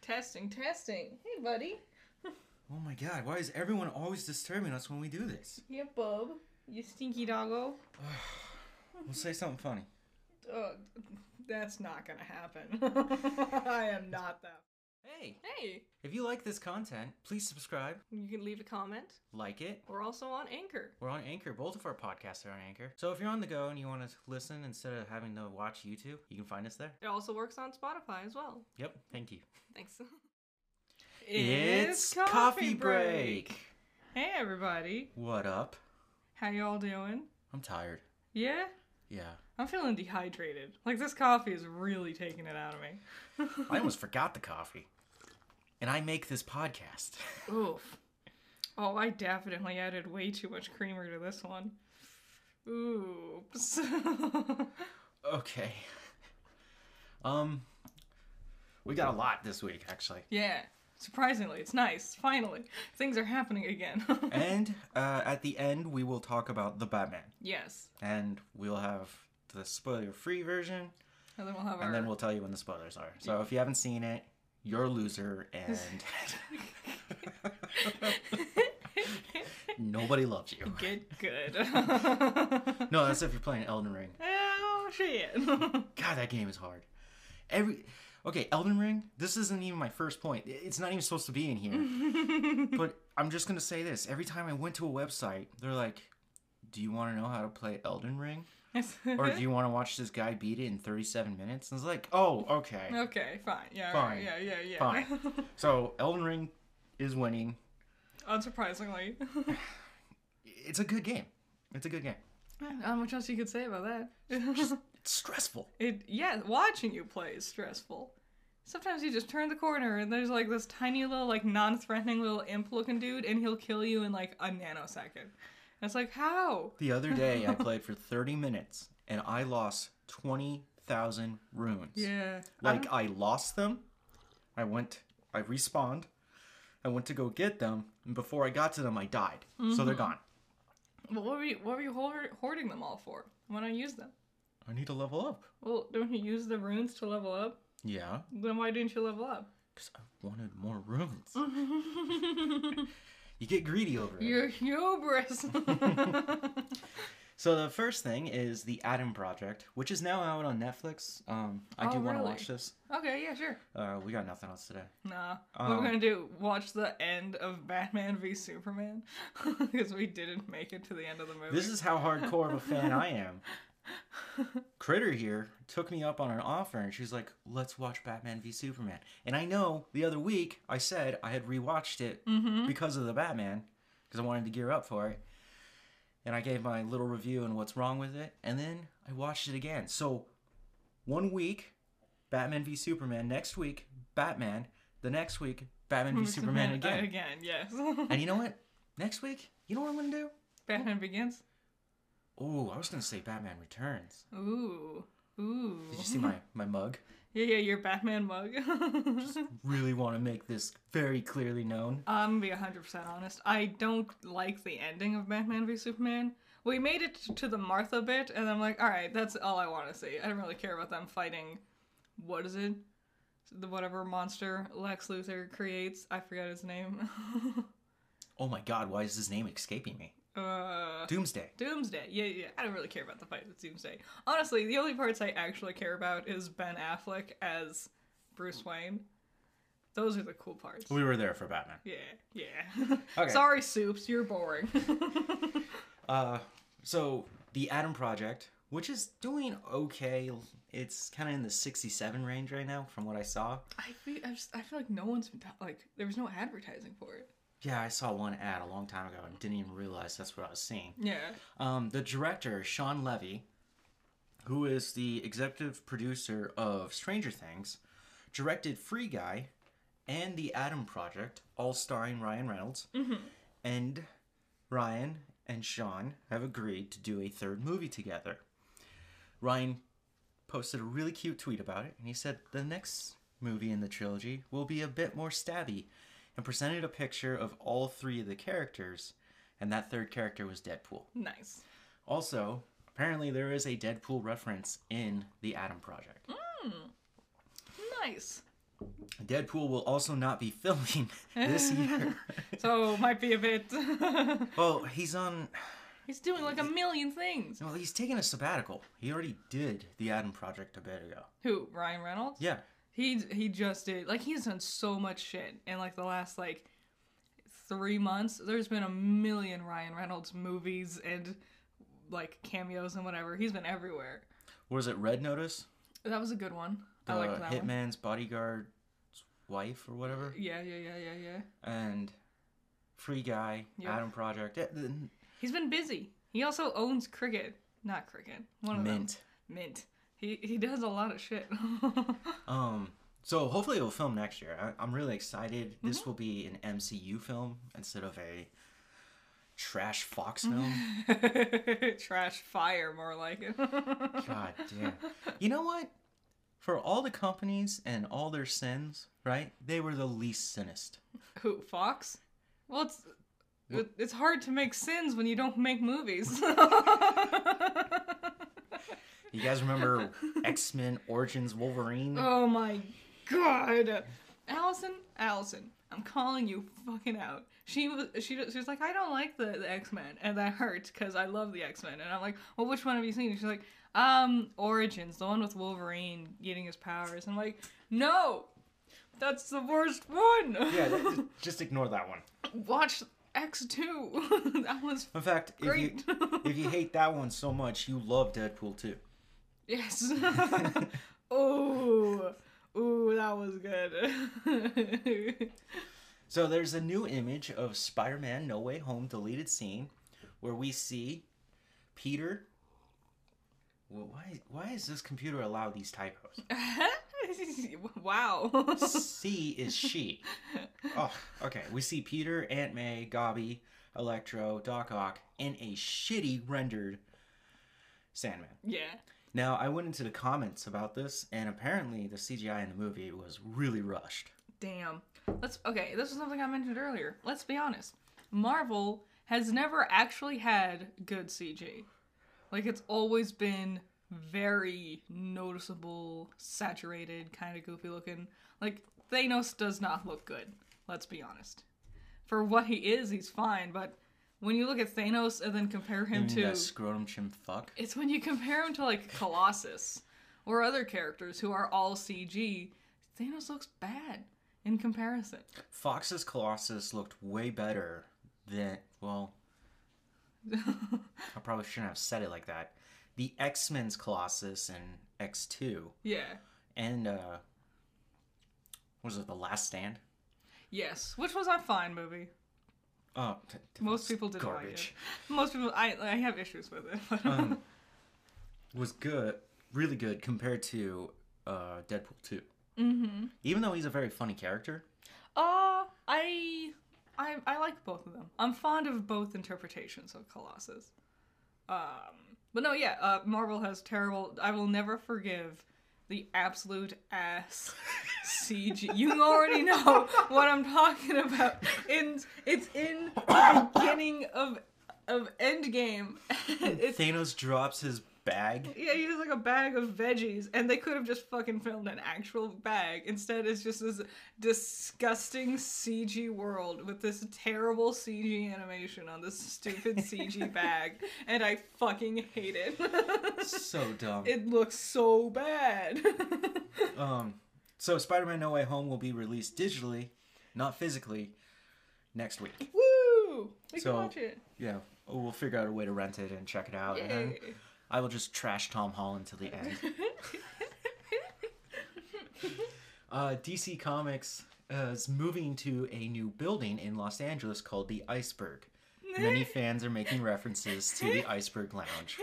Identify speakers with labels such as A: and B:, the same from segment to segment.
A: Testing, testing. Hey, buddy.
B: Oh my god, why is everyone always disturbing us when we do this?
A: Yeah, bub. You stinky doggo.
B: We'll say something funny.
A: Uh, that's not gonna happen. I am not that.
B: Hey,
A: Hey,
B: if you like this content, please subscribe,
A: you can leave a comment.
B: like it.
A: We're also on Anchor.
B: We're on Anchor. Both of our podcasts are on Anchor. So if you're on the go and you want to listen instead of having to watch YouTube, you can find us there.
A: It also works on Spotify as well.
B: Yep, thank you.
A: Thanks. Hey, everybody.
B: What up?
A: How y'all doing?
B: I'm tired.
A: Yeah?
B: Yeah.
A: I'm feeling dehydrated. Like, this coffee is really taking it out of me.
B: I almost forgot the coffee. And I make this podcast.
A: Oof. Oh, I definitely added way too much creamer to this one. Oops.
B: okay. Um we got a lot this week actually.
A: yeah. Surprisingly, it's nice. Finally, things are happening again.
B: And uh, at the end we will talk about the Batman
A: yes.
B: and we'll have the spoiler-free version
A: And then we'll have our.
B: and then we'll tell you when the spoilers are. So if you haven't seen it, you're a loser and nobody loves you.
A: Get good.
B: No, that's if you're playing Elden Ring.
A: oh, shit.
B: God, that game is hard. Every okay, Elden Ring. This isn't even my first point. I- It's not even supposed to be in here. but I'm just gonna say this: every time I went to a website, they're like, "Do you want to know how to play Elden Ring, or
A: Mm-hmm.
B: do you want to watch this guy beat it in 37 minutes?" And it's like, "Oh, okay,
A: okay, fine. Yeah,
B: Fine.
A: yeah, yeah, yeah.
B: fine." so Elden Ring is winning.
A: Unsurprisingly.
B: It's a good game. It's a good game.
A: Not much else you could say about that.
B: It's stressful.
A: It yeah, watching you play is stressful. Sometimes you just turn the corner and there's like this tiny little like non-threatening little imp looking dude and he'll kill you in like a nanosecond. And it's like how?
B: The other day, I played for 30 minutes and I lost 20,000 runes.
A: Yeah.
B: Like I lost them. I went. I respawned. I went to go get them, and before I got to them, I died. So they're gone.
A: But what were you what were you hoard- hoarding them all for? Why not use them?
B: I need to level up.
A: Well, don't you use the runes to level up?
B: Yeah,
A: Then why didn't you level up?
B: because I wanted more runes. you get greedy over it.
A: Your hubris.
B: So the first thing is the Adam Project, which is now out on Netflix. Um, I
A: Oh,
B: do want to
A: really?
B: watch this.
A: okay, yeah, sure.
B: Uh, we got nothing else today.
A: Nah. what
B: Um,
A: we're gonna do? Watch the end of Batman v Superman because we didn't make it to the end of the movie.
B: This is how hardcore of a fan I am. Critter here took me up on an offer and she's like, let's watch Batman v Superman. And I know the other week I said I had rewatched it
A: Mm-hmm.
B: because of the Batman, because I wanted to gear up for it. And I gave my little review and what's wrong with it. And then I watched it again. So one week, Batman v Superman. Next week, Batman. The next week, Batman v Superman
A: Superman, uh,
B: again.
A: Again, yes.
B: And you know what? Next week, you know what I'm going to do?
A: Batman Begins.
B: Oh, I was gonna say Batman Returns.
A: Ooh, ooh.
B: Did you see my my mug?
A: Yeah, yeah, your Batman mug.
B: Really want to make this very clearly known.
A: I'm gonna be 100% honest. I don't like the ending of Batman v Superman. We made it to the Martha bit, and I'm like, all right, that's all I want to see. I don't really care about them fighting. What is it? The whatever monster Lex Luthor creates. I forget his name.
B: Oh my God, why is his name escaping me?
A: uh.
B: Doomsday.
A: Doomsday. Yeah, yeah. I don't really care about the fight with Doomsday. Honestly, the only parts I actually care about is Ben Affleck as Bruce Wayne. Those are the cool parts.
B: We were there for Batman.
A: Yeah, yeah.
B: Okay.
A: Sorry, Soups, you're boring.
B: Uh, so the Atom Project, which is doing okay, it's kind of in the sixty-seven range right now, from what I saw.
A: I feel, I, just, I feel like no one's been ta- like there was no advertising for it.
B: Yeah, I saw one ad a long time ago and didn't even realize that's what I was seeing.
A: Yeah.
B: Um, the director Sean Levy, who is the executive producer of Stranger Things, directed Free Guy and The Atom Project, all starring Ryan Reynolds. And Ryan and Sean have agreed to do a third movie together. Ryan posted a really cute tweet about it, and he said the next movie in the trilogy will be a bit more stabby, and presented a picture of all three of the characters, and that third character was Deadpool.
A: Nice.
B: Also, apparently there is a Deadpool reference in the Atom Project.
A: Nice.
B: Deadpool will also not be filming this year.
A: So might be a bit.
B: well, he's on.
A: he's doing like a million things.
B: Well, he's taking a sabbatical. He already did the Adam Project a bit ago.
A: Who? Ryan Reynolds?
B: Yeah,
A: He he just did like he's done so much shit in like the last like three months. There's been a million Ryan Reynolds movies and like cameos and whatever. He's been everywhere.
B: was it Red Notice?
A: That was a good one.
B: The
A: I liked that one.
B: hitman's bodyguard's wife or whatever,
A: Yeah, yeah, yeah, yeah, yeah.
B: and Free Guy,
A: Yeah.
B: Adam Project, eh, th-
A: He's been busy. He also owns cricket. Not cricket. One of them.
B: Mint.
A: Mint. He he does a lot of shit.
B: Um, so hopefully it will film next year. I, I'm really excited. This
A: Mm-hmm.
B: will be an MCU film instead of a trash Fox film.
A: Trash fire, more like it.
B: God damn. You know what? For all the companies and all their sins, right? They were the least sinnest.
A: Who Fox? Well, it's it- it's hard to make sins when you don't make movies.
B: You guys remember X Men Origins Wolverine?
A: oh my god, Allison, Allison, I'm calling you fucking out. She was she she was like, I don't like the, the X Men, and that hurts because I love the X Men, and I'm like, well, which one have you seen? And she's like, um, Origins, the one with Wolverine getting his powers. I'm like, no. That's the worst one.
B: Yeah, th- th- just ignore that one.
A: Watch X two. that was
B: In fact, if you,
A: great.
B: if you hate that one so much, you love Deadpool too.
A: Yes. ooh, ooh, that was good.
B: So there's a new image of Spider-Man No Way Home deleted scene where we see Peter. Well, why why is this computer allow these typos?
A: wow.
B: C is she. Oh, okay. We see Peter, Aunt May, Gobby, Electro, Doc Ock in a shitty rendered Sandman.
A: yeah.
B: Now, I went into the comments about this and apparently the CGI in the movie was really rushed.
A: Damn. Let's okay, this is something I mentioned earlier. Let's be honest. Marvel has never actually had good CG. Like it's always been very noticeable, saturated, kind of goofy looking. Like Thanos does not look good. Let's be honest. For what he is, he's fine, but when you look at Thanos and then compare him
B: You mean
A: to
B: that scrotum chim fuck.
A: it's when you compare him to like Colossus or other characters who are all CG, Thanos looks bad in comparison.
B: Fox's Colossus looked way better than well. I probably shouldn't have said it like that. The X Men's Colossus and X Two
A: Yeah.
B: and uh, what was it The Last Stand?
A: Yes, which was a fine movie.
B: Oh, t- t-
A: Most
B: it's
A: people didn't
B: garbage.
A: like it. Most people, I, I have issues with it. But
B: Um, was good, really good compared to uh, Deadpool Two.
A: hmm
B: Even though he's a very funny character,
A: uh, I, I, I like both of them. I'm fond of both interpretations of Colossus. Um, but no, yeah, uh, Marvel has terrible. I will never forgive the absolute ass CG. You already know what I'm talking about. In it's in the beginning of of Endgame. it's
B: Thanos drops his bag.
A: yeah, he has like a bag of veggies, and they could have just fucking filmed an actual bag. Instead, it's just this disgusting CG world with this terrible CG animation on this stupid CG bag, and I fucking hate it.
B: So dumb.
A: it looks so bad.
B: Um, so Spider-Man: No Way Home will be released digitally, not physically, next week.
A: Woo! We
B: So-
A: can watch it.
B: Yeah, we'll figure out a way to rent it and check it out. And then
A: Yay.
B: I will just trash Tom Holland to the end. Uh, DC Comics uh, is moving to a new building in Los Angeles called the Iceberg. Many fans are making references to the Iceberg Lounge.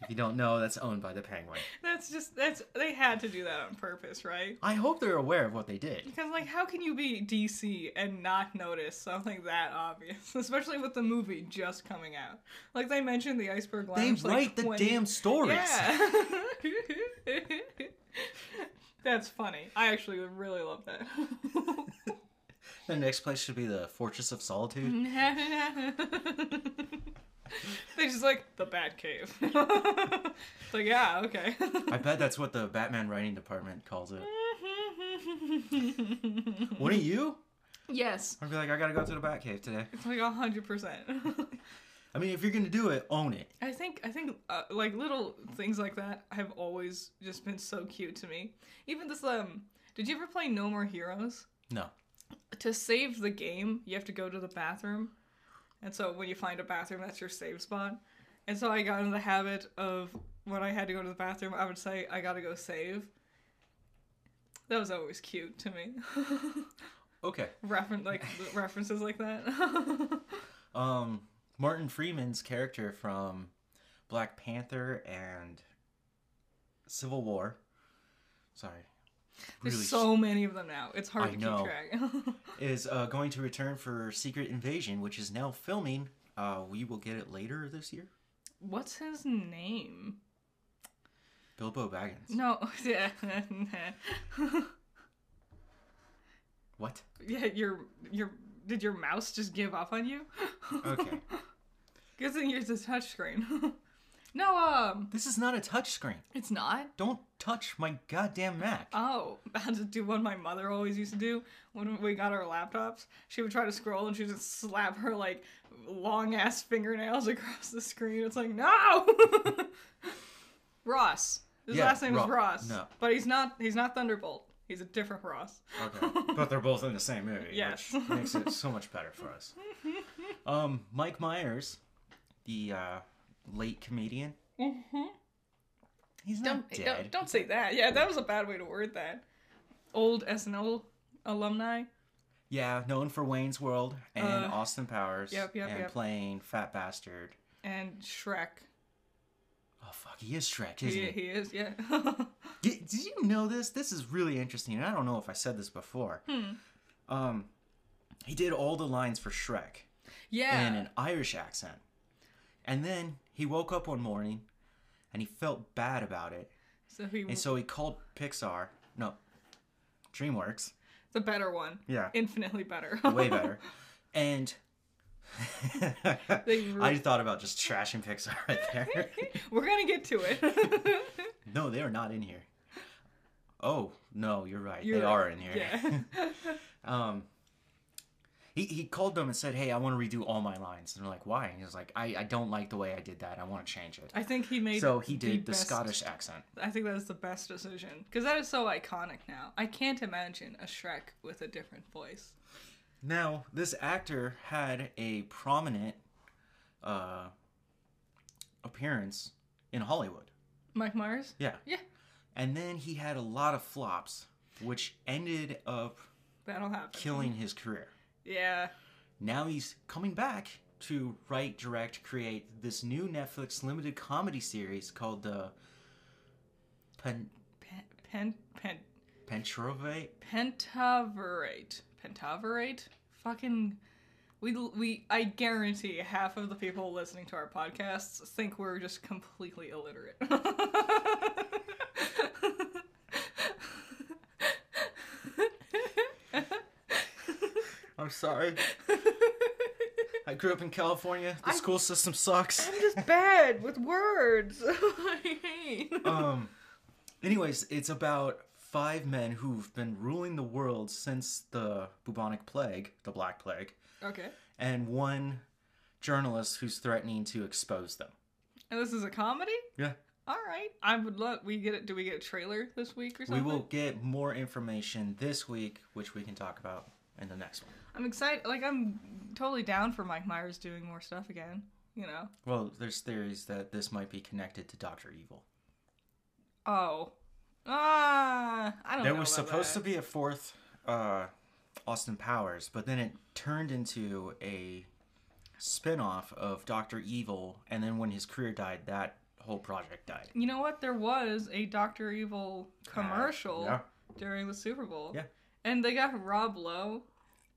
B: If you don't know, that's owned by the Penguin.
A: that's just that's they had to do that on purpose, right?
B: I hope they're aware of what they did.
A: Because like, how can you be DC and not notice something that obvious? Especially with the movie just coming out. Like they mentioned the iceberg
B: They
A: lounge.
B: write
A: like,
B: the
A: 20
B: damn stories.
A: Yeah. That's funny. I actually would really love that.
B: The next place should be the Fortress of Solitude.
A: they just like the Batcave. it's like yeah, okay.
B: I bet that's what the Batman writing department calls it. Wouldn't you?
A: yes.
B: I'd be like, I gotta go to the Batcave today.
A: It's like hundred percent.
B: I mean, if you're gonna do it, own it.
A: I think I think uh, like little things like that have always just been so cute to me. Even this um, did you ever play No More Heroes?
B: No.
A: To save the game, you have to go to the bathroom, and so when you find a bathroom, that's your save spot. And so I got in the habit of when I had to go to the bathroom, I would say I gotta go save. That was always cute to me.
B: Okay.
A: Reference like references like that.
B: Um, Martin Freeman's character from Black Panther and Civil War. Sorry.
A: There's
B: Really
A: so many of them now. It's hard
B: I
A: to
B: know.
A: keep track.
B: is uh, going to return for Secret Invasion, which is now filming. Uh, we will get it later this year.
A: What's his name?
B: Bilbo Baggins.
A: No, yeah,
B: What?
A: yeah. Your your did your mouse just give up on you?
B: Okay.
A: Good thing yours is touchscreen. no, um,
B: this is not a touchscreen.
A: it's not.
B: Don't touch my goddamn Mac.
A: Oh, I had to do what my mother always used to do when we got our laptops. She would try to scroll and she would just slap her like long ass fingernails across the screen. It's like, no. Ross. His
B: Yeah,
A: last name is
B: Ro-
A: Ross.
B: no.
A: But he's not he's not Thunderbolt. He's a different Ross.
B: Okay. but they're both in the same movie,
A: Yes.
B: which makes it so much better for us. Um, Mike Myers, the uh, late comedian.
A: Mm-hmm.
B: He's
A: Don't,
B: not dead.
A: don't don't say that. Yeah, that was a bad way to word that. Old SNL alumni.
B: Yeah, known for Wayne's World and
A: Uh,
B: Austin Powers.
A: yep, yep,
B: and
A: yep.
B: playing Fat Bastard.
A: And Shrek.
B: Oh fuck, he is Shrek, isn't
A: He,
B: he?
A: he is, yeah.
B: Did, did you know this? This is really interesting, and I don't know if I said this before.
A: Hmm.
B: Um, he did all the lines for Shrek in
A: yeah.
B: an Irish accent, and then he woke up one morning, and he felt bad about it,
A: So he
B: and so he called Pixar, no, DreamWorks,
A: the better one.
B: yeah,
A: Infinitely better.
B: way better, and.
A: They re-
B: I thought about just trashing Pixar right there.
A: We're gonna get to it.
B: no, they are not in here. Oh no, you're right.
A: You're
B: they
A: right.
B: are in here.
A: yeah.
B: um he, he called them and said, "Hey, I want to redo all my lines." And they're like, "Why?" And he was like, "I, I don't like the way I did that. I want to change it."
A: I think he made.
B: So he did the,
A: best-
B: Scottish accent.
A: I think that is the best decision because that is so iconic now. I can't imagine a Shrek with a different voice.
B: Now, this actor had a prominent uh appearance in Hollywood.
A: Mike Myers.
B: Yeah.
A: Yeah.
B: And then he had a lot of flops, which ended up
A: That'll happen.
B: killing his career.
A: Yeah.
B: Now he's coming back to write, direct, create this new Netflix limited comedy series called the Pen-
A: Pen pen pen
B: Pentrove.
A: pentaverate pentaverate. Fucking. We, we I guarantee half of the people listening to our podcasts think we're just completely illiterate.
B: I'm sorry. I grew up in California. The
A: I-
B: school system sucks.
A: I'm just bad with words. I hate.
B: um. Anyways, it's about five men who've been ruling the world since the bubonic plague, the Black Plague,
A: Okay.
B: and one journalist who's threatening to expose them.
A: And this is a comedy?
B: Yeah.
A: All right. I would love we get it. Do we get a trailer this week or
B: We
A: something?
B: will get more information this week, which we can talk about in the next one.
A: I'm excited. Like I'm totally down for Mike Myers doing more stuff again, you know.
B: Well, there's theories that this might be connected to Doctor Evil.
A: Oh. Ah, I don't know.
B: There was supposed to be a fourth uh, Austin Powers, but then it turned into a spin-off of Doctor Evil, and then when his career died, that whole project died.
A: You know what? There was a Doctor Evil commercial
B: Uh, yeah.
A: during the Super Bowl.
B: Yeah.
A: And they got Rob Lowe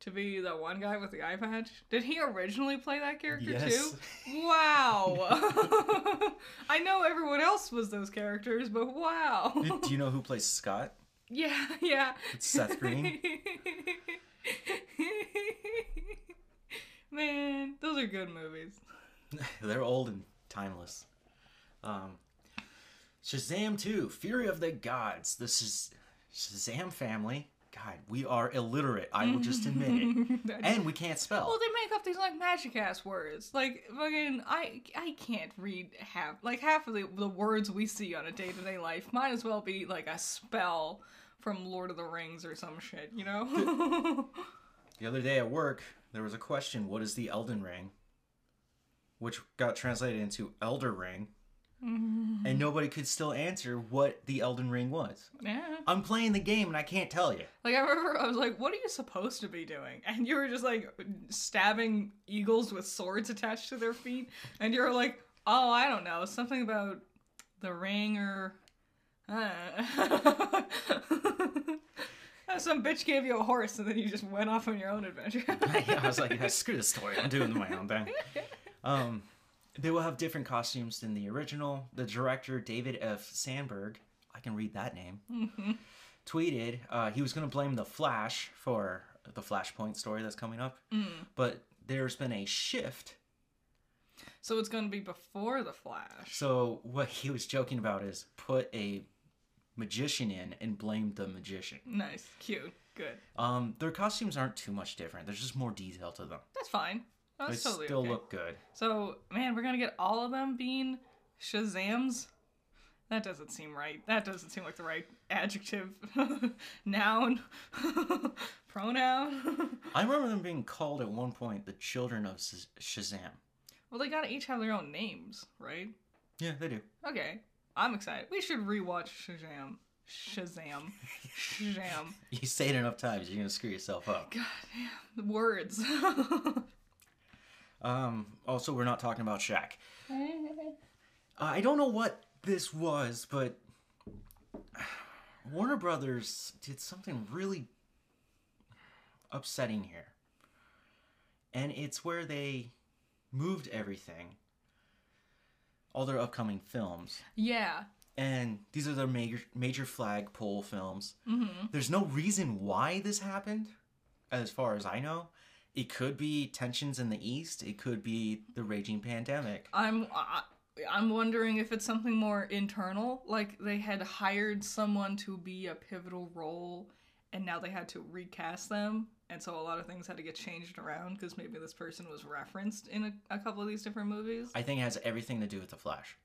A: to be the one guy with the eye patch. Did he originally play that character
B: Yes.
A: too? Wow. I know everyone else was those characters, but wow.
B: Do you know who plays Scott?
A: yeah, yeah.
B: It's Seth Green.
A: Man, those are good movies.
B: They're old and timeless. Um, Shazam 2, Fury of the Gods. This is Shazam family God, we are illiterate. I will just admit it.
A: That's-
B: And we can't spell.
A: well, they make up these like magic ass words. Like fucking, I I can't read half like half of the, the words we see on a day to day life. Might as well be like a spell from Lord of the Rings or some shit, you know?
B: The other day at work, there was a question, what is the Elden Ring? Which got translated into Elder Ring. And nobody could still answer what the Elden Ring was.
A: yeah.
B: I'm playing the game and I can't tell you.
A: Like I remember, I was like, "What are you supposed to be doing?" And you were just like stabbing eagles with swords attached to their feet, and you were like, "Oh, I don't know, something about the ring or." uh, I don't know." Some bitch gave you a horse, and then you just went off on your own adventure.
B: I was like, yeah, screw this story. I'm doing my own thing. Um, they will have different costumes than the original. The director, David F. Sandberg, I can read that name, tweeted uh, he was going to blame The Flash for the Flashpoint story that's coming up.
A: Mm.
B: But there's been a shift.
A: so it's gonna be before the Flash.
B: So what he was joking about is put a magician in and blame the magician.
A: Nice, cute, good.
B: Um, their costumes aren't too much different. There's just more detail to them.
A: That's fine.
B: They
A: That's totally
B: still
A: okay.
B: look good.
A: So, man, we're gonna get all of them being Shazams? That doesn't seem right. That doesn't seem like the right adjective, noun, pronoun.
B: I remember them being called at one point the children of Sh- Shazam.
A: well, they gotta each have their own names, right?
B: Yeah, they do.
A: Okay, I'm excited. We should rewatch Shazam. Shazam. Shazam.
B: You say it enough times, you're gonna screw yourself up.
A: God damn. The words.
B: Um, also, we're not talking about Shaq. Uh, I don't know what this was, but Warner Brothers did something really upsetting here. And it's where they moved everything, all their upcoming films.
A: yeah.
B: And these are their major, major flagpole films.
A: Mm-hmm.
B: There's no reason why this happened, as far as I know. It could be tensions in the East, it could be the raging pandemic.
A: I'm I, I'm wondering if it's something more internal, like they had hired someone to be a pivotal role, and now they had to recast them, and so a lot of things had to get changed around because maybe this person was referenced in a, a couple of these different movies.
B: I think it has everything to do with The Flash.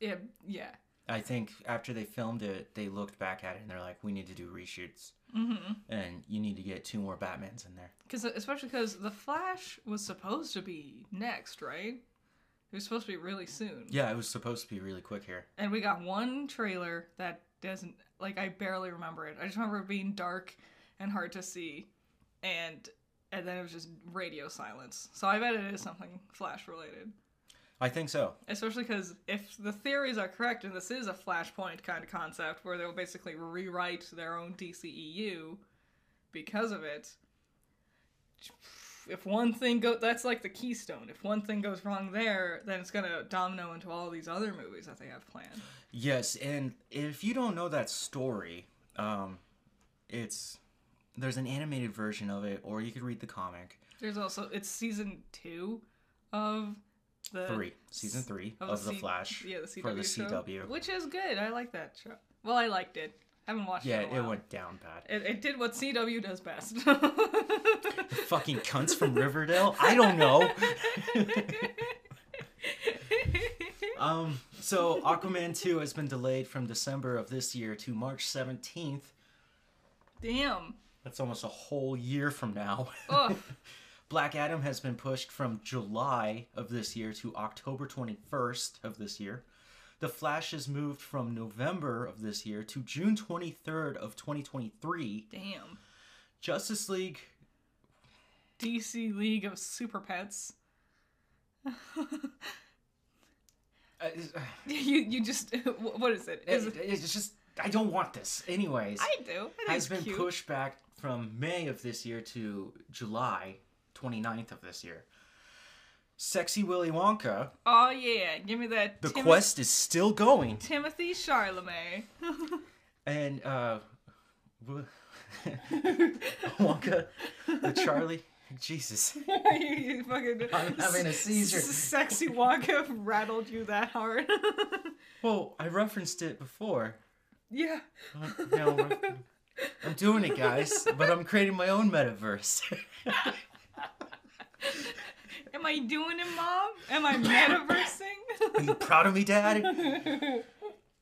A: yeah, yeah.
B: I think after they filmed it, they looked back at it and they're like, we need to do reshoots.
A: Mm-hmm.
B: And you need to get two more Batmans in there.
A: Because especially because the Flash was supposed to be next, right? It was supposed to be really soon.
B: Yeah, it was supposed to be really quick here.
A: and we got one trailer that doesn't like I barely remember it. I just remember it being dark and hard to see, and and then it was just radio silence. So I bet it is something Flash related,
B: I think so.
A: especially because if the theories are correct and this is a Flashpoint kind of concept where they'll basically rewrite their own DCEU because of it. If one thing go, that's like the keystone. If one thing goes wrong there, then it's gonna domino into all these other movies that they have planned.
B: Yes, and if you don't know that story, um, it's there's an animated version of it, or you could read the comic.
A: There's also it's season two of the
B: three, season three of, the
A: C-
B: Flash.
A: Yeah, the CW
B: for the
A: show,
B: CW.
A: which is good. I like that show. Well, I liked it. I haven't watched
B: yeah,
A: it. in a
B: it
A: while.
B: went down bad.
A: It, it did what CW does best.
B: Fucking cunts from Riverdale. I don't know. Um, so Aquaman two has been delayed from December of this year to March seventeenth.
A: Damn.
B: That's almost a whole year from now.
A: Ugh.
B: Black Adam has been pushed from July of this year to October 21st of this year. The Flash has moved from November of this year to June 23rd of 2023.
A: Damn.
B: Justice League,
A: DC League of Super Pets.
B: uh, is-
A: you you just what is it? Is it?
B: it's just I don't want this. Anyways,
A: I do. I think
B: has
A: it's
B: been
A: cute.
B: pushed back from May of this year to July 29th of this year. Sexy Willy Wonka,
A: Oh yeah, give me that.
B: the
A: Timoth-
B: quest is still going.
A: Timothy Charlemagne.
B: and uh w- Wonka, the Charlie, Jesus,
A: you, you fucking
B: I'm having a seizure.
A: sexy Wonka rattled you that hard.
B: Well, I referenced it before.
A: yeah.
B: Uh, now I'm ref- I'm doing it, guys, but I'm creating my own metaverse.
A: Am I doing it, Mom? Am I metaversing?
B: Are you proud of me, Dad?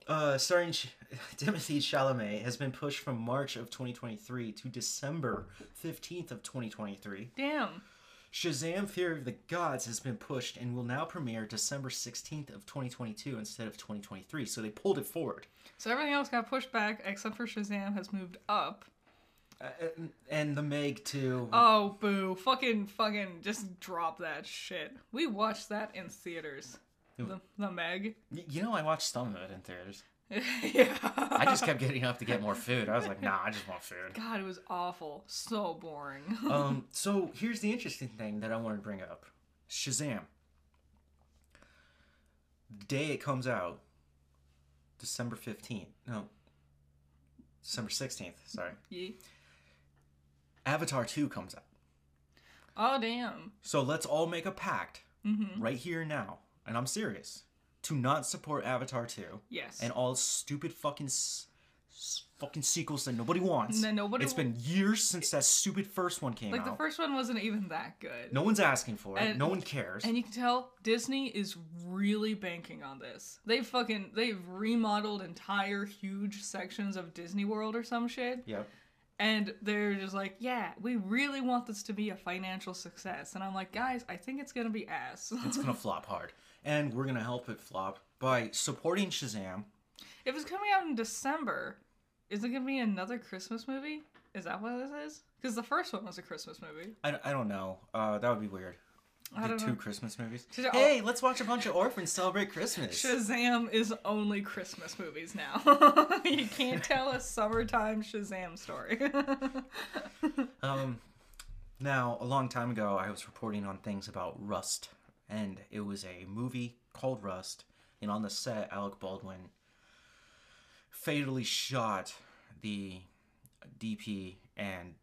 B: Uh, starring Ch- Timothy Chalamet has been pushed from March of 2023 to December 15th of 2023.
A: Damn.
B: Shazam: Fury of the Gods has been pushed and will now premiere December 16th of 2022 instead of 2023. So they pulled it forward.
A: So everything else got pushed back except for Shazam has moved up.
B: Uh, and- and the Meg too.
A: Oh, boo. Fucking, fucking, just drop that shit. We watched that in theaters. The, the Meg.
B: Y- you know, I watched some of it in theaters.
A: yeah.
B: I just kept getting up to get more food. I was like, nah, I just want food.
A: God, it was awful. So boring.
B: Um, so here's the interesting thing that I wanted to bring up Shazam. The day it comes out, December 15th. No, December 16th. Sorry.
A: Ye-
B: Avatar 2 comes out.
A: oh, damn.
B: So let's all make a pact
A: Mm-hmm.
B: right here now, and I'm serious, to not support Avatar 2
A: Yes.
B: and all stupid fucking s- s- fucking sequels that nobody wants.
A: No, nobody
B: It's
A: wa-
B: been years since that stupid first one came
A: like,
B: out.
A: the first one wasn't even that good.
B: no one's asking for it.
A: And-
B: no one cares.
A: And you can tell Disney is really banking on this. They fucking they've remodeled entire huge sections of Disney World or some shit.
B: yep.
A: And they're just like, yeah, we really want this to be a financial success. And I'm like, guys, I think it's gonna be ass.
B: It's gonna flop hard, and we're gonna help it flop by supporting Shazam.
A: if it's coming out in December, is it gonna be another Christmas movie? Is that what this is? Because the first one was a Christmas movie.
B: I, I don't know. Uh, that would be weird.
A: I
B: The
A: don't
B: two
A: know. oh.
B: Christmas movies.
A: Should I-
B: Hey, let's watch a bunch of orphans celebrate Christmas.
A: Shazam is only Christmas movies now. you can't tell a summertime Shazam story.
B: Um, now, a long time ago, I was reporting on things about Rust, and it was a movie called Rust. And on the set, Alec Baldwin fatally shot the DP and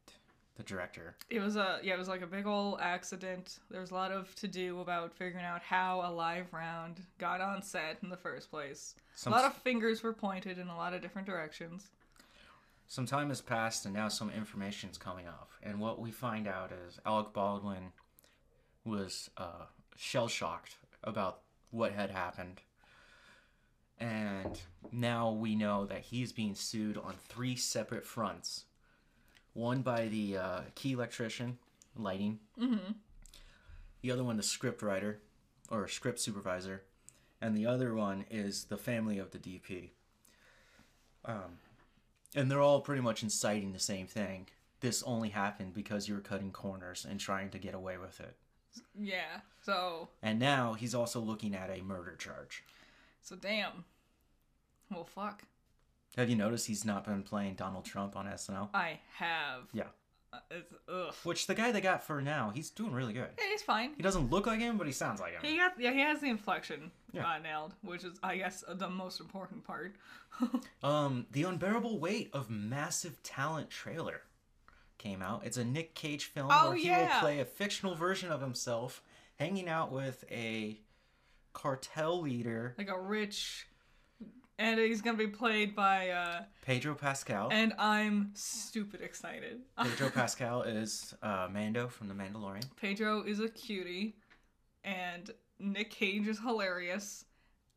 B: the director.
A: it was a yeah, it was like a big old accident. There was a lot of to do about figuring out how a live round got on set in the first place.
B: Some-
A: a lot of fingers were pointed in a lot of different directions.
B: Some time has passed, and now some information's coming up. And what we find out is Alec Baldwin was uh, shell shocked about what had happened. And now we know that he's being sued on three separate fronts one by the uh, key electrician, lighting, mm-hmm. the other one, the script writer or script supervisor, and the other one is the family of the DP and they're all pretty much inciting the same thing. This only happened because you were cutting corners and trying to get away with it.
A: Yeah. So
B: And now he's also looking at a murder charge.
A: so damn. Well fuck.
B: Have you noticed he's not been playing Donald Trump on SNL?
A: I have.
B: Yeah.
A: Uh, It's ugh.
B: Which the guy they got for now, he's doing really good.
A: Yeah, he's fine.
B: He doesn't look like him, but he sounds like him.
A: He got yeah, he has the inflection
B: Yeah.
A: uh, nailed, which is I guess the most important part.
B: Um, the unbearable weight of massive talent trailer came out. It's a Nick Cage film
A: Oh,
B: where he will
A: yeah.
B: play a fictional version of himself hanging out with a cartel leader,
A: like a rich and he's gonna be played by uh
B: Pedro Pascal.
A: and I'm stupid excited.
B: Pedro Pascal is uh, Mando from The Mandalorian.
A: Pedro is a cutie and Nick Cage is hilarious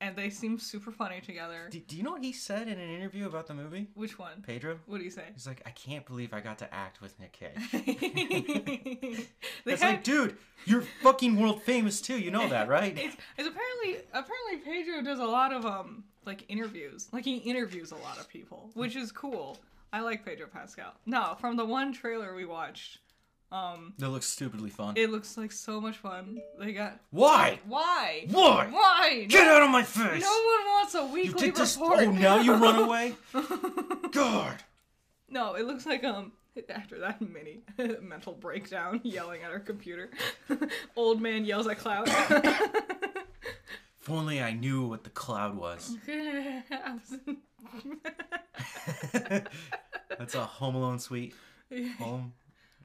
A: and they seem super funny together.
B: Do, do you know what he said in an interview about the movie?
A: Which one?
B: Pedro?
A: What do you say?
B: He's like, I can't believe I got to act with Nick Cage.
A: they
B: It's
A: had-
B: like, dude, you're fucking world famous too. You know that, right?
A: It's, it's apparently apparently Pedro does a lot of um like interviews. Like he interviews a lot of people, which is cool. I like Pedro Pascal. No, from the one trailer we watched,
B: That looks stupidly fun.
A: it looks like so much fun. They got
B: Why?
A: why
B: Why?
A: why
B: Get
A: no,
B: out of my face!
A: no one wants a
B: you
A: weekly
B: did this.
A: report.
B: Oh, now you run away? God!
A: no, it looks like um after that mini mental breakdown, yelling at our computer, old man yells at Cloud.
B: If only I knew what the cloud was. That's a Home Alone sweet. Home.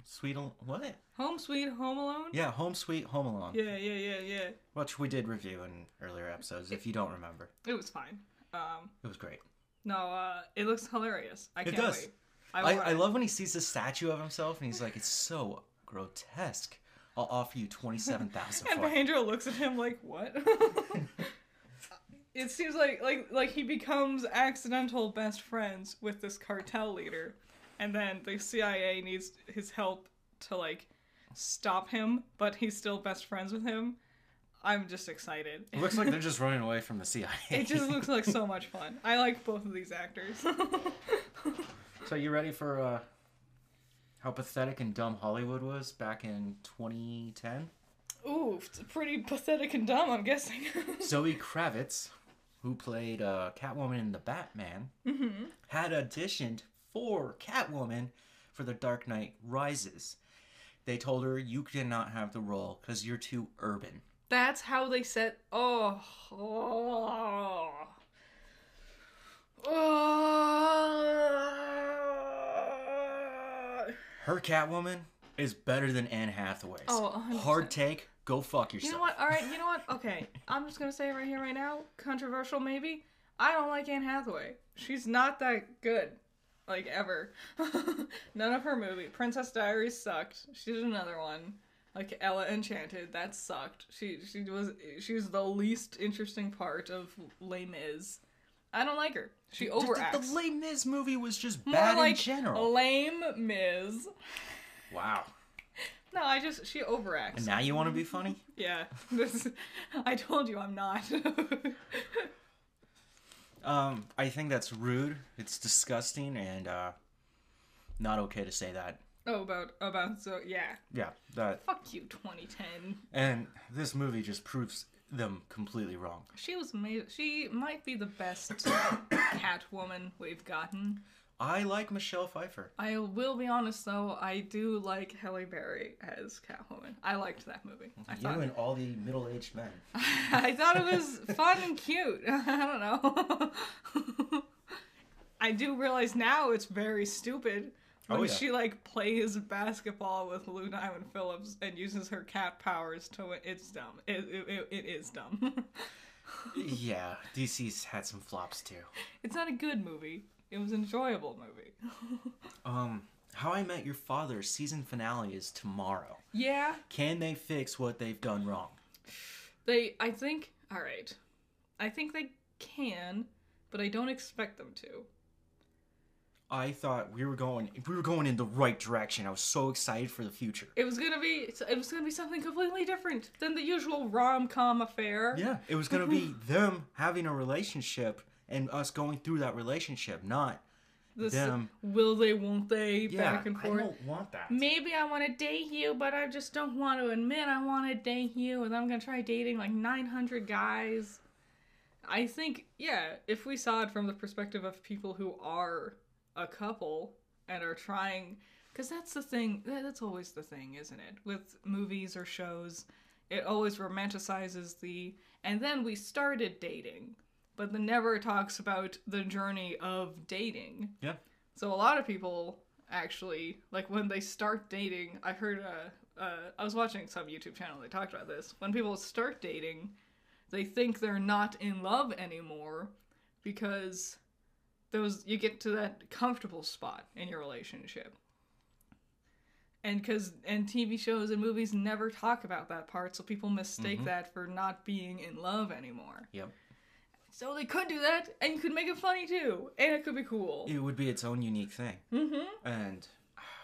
B: Sweet. Al- What?
A: home sweet, home alone.
B: Yeah, Home Sweet Home Alone.
A: Yeah, yeah, yeah, yeah.
B: Which we did review in earlier episodes, if you don't remember.
A: It was fine. Um,
B: It was great.
A: no, uh, it looks hilarious. I can't
B: It does.
A: wait.
B: I,
A: want-
B: I love when he sees the statue of himself and he's like, it's so grotesque. I'll offer you twenty-seven thousand
A: And
B: for it.
A: Mahendra looks at him like, "What?" it seems like like like he becomes accidental best friends with this cartel leader, and then the CIA needs his help to like stop him, but he's still best friends with him. I'm just excited.
B: It looks like they're just running away from the CIA.
A: it just looks like so much fun. I like both of these actors.
B: so you ready for uh, how pathetic and dumb Hollywood was back in 2010?
A: Ooh, it's pretty pathetic and dumb. I'm guessing.
B: Zoe Kravitz, who played uh, Catwoman in The Batman,
A: Mm-hmm.
B: had auditioned for Catwoman for The Dark Knight Rises. They told her, You cannot have the role because you're too urban.
A: That's how they set. Oh. Oh. Oh.
B: Her Catwoman is better than Anne Hathaway's.
A: Oh, 100%.
B: Hard take, go fuck yourself.
A: You know what? All right. You know what? Okay. I'm just gonna say it right here, right now. Controversial, maybe. I don't like Anne Hathaway. She's not that good, like ever. None of her movie. Princess Diaries sucked. She did another one, like Ella Enchanted. That sucked. She she was she was the least interesting part of Les Mis. I don't like her. She
B: The,
A: overacts.
B: the Les Mis movie was just
A: More
B: bad
A: like
B: in general.
A: Lame Mis.
B: Wow.
A: No, I just she overacts.
B: And now you want to be funny?
A: yeah, this. I told you I'm not.
B: Um, I think that's rude. It's disgusting and uh, not okay to say that.
A: Oh, about about so yeah.
B: Yeah, that.
A: Fuck you, 2010.
B: And this movie just proves them completely wrong.
A: She was amazing. She might be the best Catwoman we've gotten.
B: I like Michelle Pfeiffer.
A: I will be honest though, I do like Halle Berry as Catwoman. I liked that movie. I
B: You
A: thought
B: and all the middle-aged men.
A: I thought it was fun and cute. I don't know. I do realize now it's very stupid when
B: Oh, yeah.
A: she like plays basketball with Lou Diamond Phillips and uses her cat powers to win. It's dumb. It it, it, it is dumb.
B: yeah, DC's had some flops too.
A: It's not a good movie. It was an enjoyable movie.
B: Um, How I Met Your Father season finale is tomorrow.
A: Yeah,
B: Can they fix what they've done wrong?
A: they. I think. All right, I think they can, but I don't expect them to.
B: I thought we were going we were going in the right direction. I was so excited for the future.
A: It was gonna be. It was gonna be something completely different than the usual rom com affair.
B: Yeah, it was going to be them having a relationship and us going through that relationship, not
A: This
B: them.
A: will they, won't they,
B: Yeah,
A: back and forth.
B: want that.
A: Maybe I want to date you, but I just don't want to admit I want to date you, and I'm gonna try dating like 900 guys. I think, yeah, if we saw it from the perspective of people who are a couple and are trying, because that's the thing, that- that's always the thing, isn't it? With movies or shows, it always romanticizes the, and then we started dating, but then never talks about the journey of dating.
B: Yeah.
A: So a lot of people actually like when they start dating. I heard uh, uh, I was watching some YouTube channel. They talked about this. When people start dating, they think they're not in love anymore because those you get to that comfortable spot in your relationship. And because and TV shows and movies never talk about that part, so people mistake that for not being in love anymore.
B: Yep.
A: So they could do that, and you could make it funny too, and it could be cool.
B: It would be its own unique thing.
A: mm-hmm.
B: And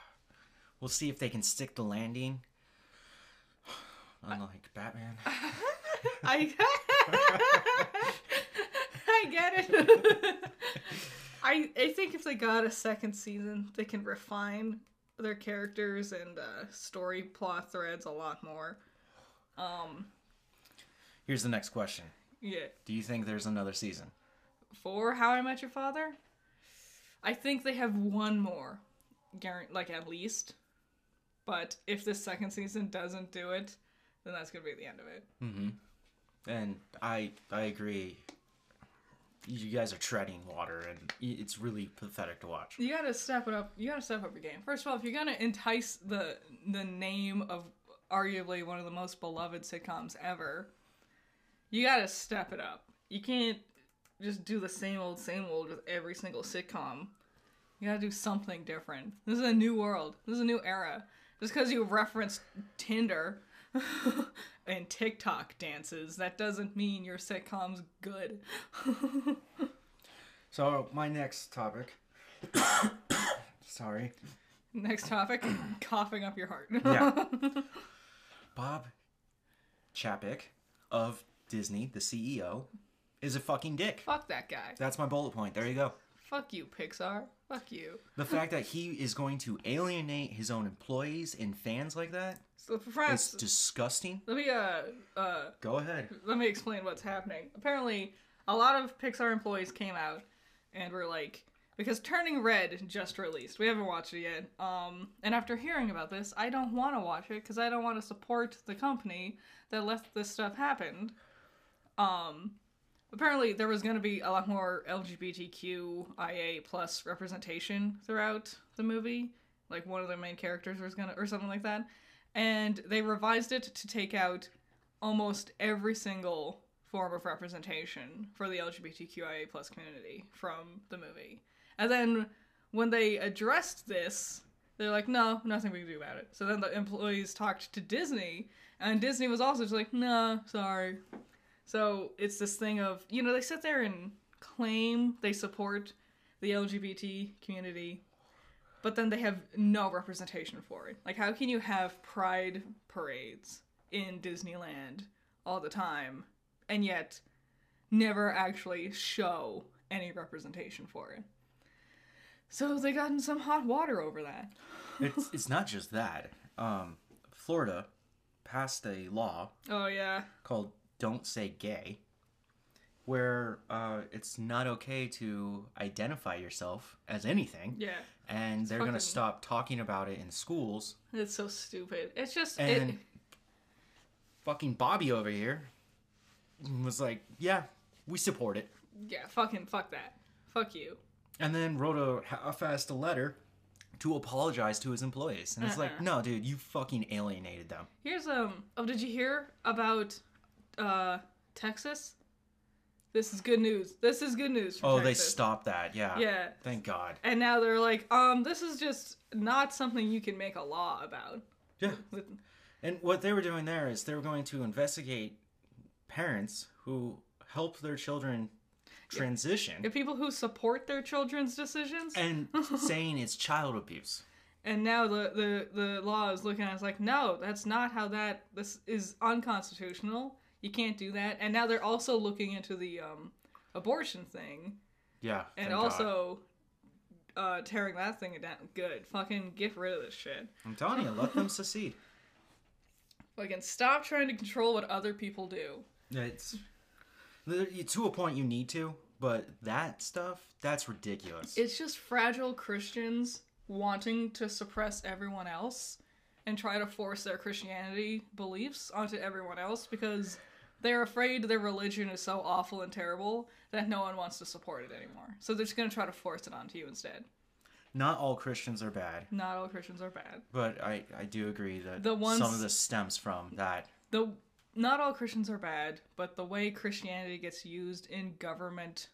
B: we'll see if they can stick the landing. Unlike Batman.
A: I I get it. I I think if they got a second season, they can refine their characters and uh, story plot threads a lot more. Um,
B: Here's the next question
A: yeah.
B: Do you think there's another season?
A: For How I Met Your Father, I think they have one more, guaran- like at least. But if this second season doesn't do it, then that's gonna be the end of it.
B: And I I agree. You guys are treading water, and i- it's really pathetic to watch.
A: You gotta step it up. You gotta step up your game. First of all, if you're gonna entice the the name of arguably one of the most beloved sitcoms ever, you gotta step it up. You can't just do the same old, same old with every single sitcom. You gotta do something different. This is a new world. This is a new era. Just because you referenced Tinder and TikTok dances, that doesn't mean your sitcom's good.
B: So my next topic. Sorry.
A: Next topic coughing up your heart.
B: Yeah. Bob Chapek of Disney, the CEO, is a fucking dick.
A: Fuck that guy.
B: That's my bullet point. There you go.
A: Fuck you, Pixar. Fuck you.
B: The fact that he is going to alienate his own employees and fans like that
A: So,
B: is
A: friends,
B: disgusting.
A: let me uh uh
B: Go ahead.
A: let me explain what's happening. Apparently, a lot of Pixar employees came out and were like, because Turning Red just released. We haven't watched it yet. Um, and after hearing about this, I don't want to watch it because I don't want to support the company that let this stuff happen. Um, apparently, there was going to be a lot more LGBTQIA plus representation throughout the movie. Like one of the main characters was gonna, or something like that. And they revised it to take out almost every single form of representation for the LGBTQIA plus community from the movie. And then when they addressed this, they're like, no, nothing we can do about it. So then the employees talked to Disney, and Disney was also just like, no, sorry. So it's this thing of, you know, they sit there and claim they support the LGBT community, but then they have no representation for it. Like, how can you have pride parades in Disneyland all the time and yet never actually show any representation for it? So they got in some hot water over that.
B: It's it's not just that. Um, Florida passed a law
A: Oh, yeah.
B: called "Don't Say Gay," where uh, it's not okay to identify yourself as anything,
A: Yeah.
B: and they're gonna
A: fucking-
B: stop talking about it in schools.
A: It's so stupid. It's just.
B: And
A: it,
B: fucking Bobby over here was like, "Yeah, we support it,"
A: yeah, fucking fuck that. Fuck you.
B: and then wrote a half-assed letter to apologize to his employees, and it's like,
A: Uh-uh.
B: "No, dude, you fucking alienated them."
A: Here's um. Oh, did you hear about uh Texas? This is good news. This is good news. From
B: Oh, they
A: Texas.
B: stopped that. Yeah.
A: Yeah,
B: Thank God.
A: and now they're like, um, this is just not something you can make a law about.
B: Yeah. And what they were doing there is they were going to investigate parents who help their children transition
A: The people who support their children's decisions, and,
B: and saying it's child abuse.
A: now the, the the law is looking at it's like, no, that's not how that. This is unconstitutional. You can't do that. And now they're also looking into the um abortion thing.
B: Yeah.
A: and
B: thank God.
A: also uh, tearing that thing down. Good, fucking get rid of this shit.
B: I'm telling you, let them secede.
A: Fucking stop trying to control what other people do.
B: It's there- you- to a point you need to, but that stuff that's ridiculous.
A: It's just fragile Christians wanting to suppress everyone else and try to force their Christianity beliefs onto everyone else because they're afraid their religion is so awful and terrible that no one wants to support it anymore. So they're just gonna try to force it onto you instead.
B: Not all Christians are bad,
A: Not all Christians are bad.
B: but I I do agree that
A: The ones-
B: some of this stems from that.
A: the not all Christians are bad, but the way Christianity gets used in government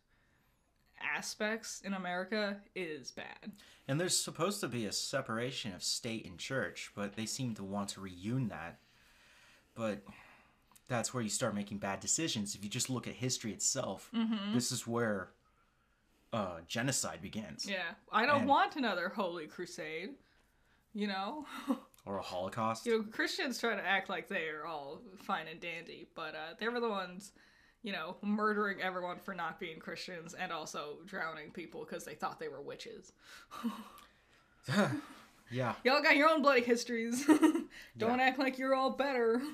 A: aspects in America is bad.
B: And there's supposed to be a separation of state and church, but they seem to want to reune that. But that's where you start making bad decisions. If you just look at history itself,
A: Mm-hmm.
B: this is where uh, genocide begins,
A: Yeah, I don't
B: And-
A: want another holy crusade. You know,
B: or a Holocaust.
A: you know Christians try to act like they are all fine and dandy, but uh, they were the ones, you know, murdering everyone for not being Christians and also drowning people because they thought they were witches.
B: yeah.
A: Y'all got your own bloody histories. don't
B: Yeah.
A: act like you're all better.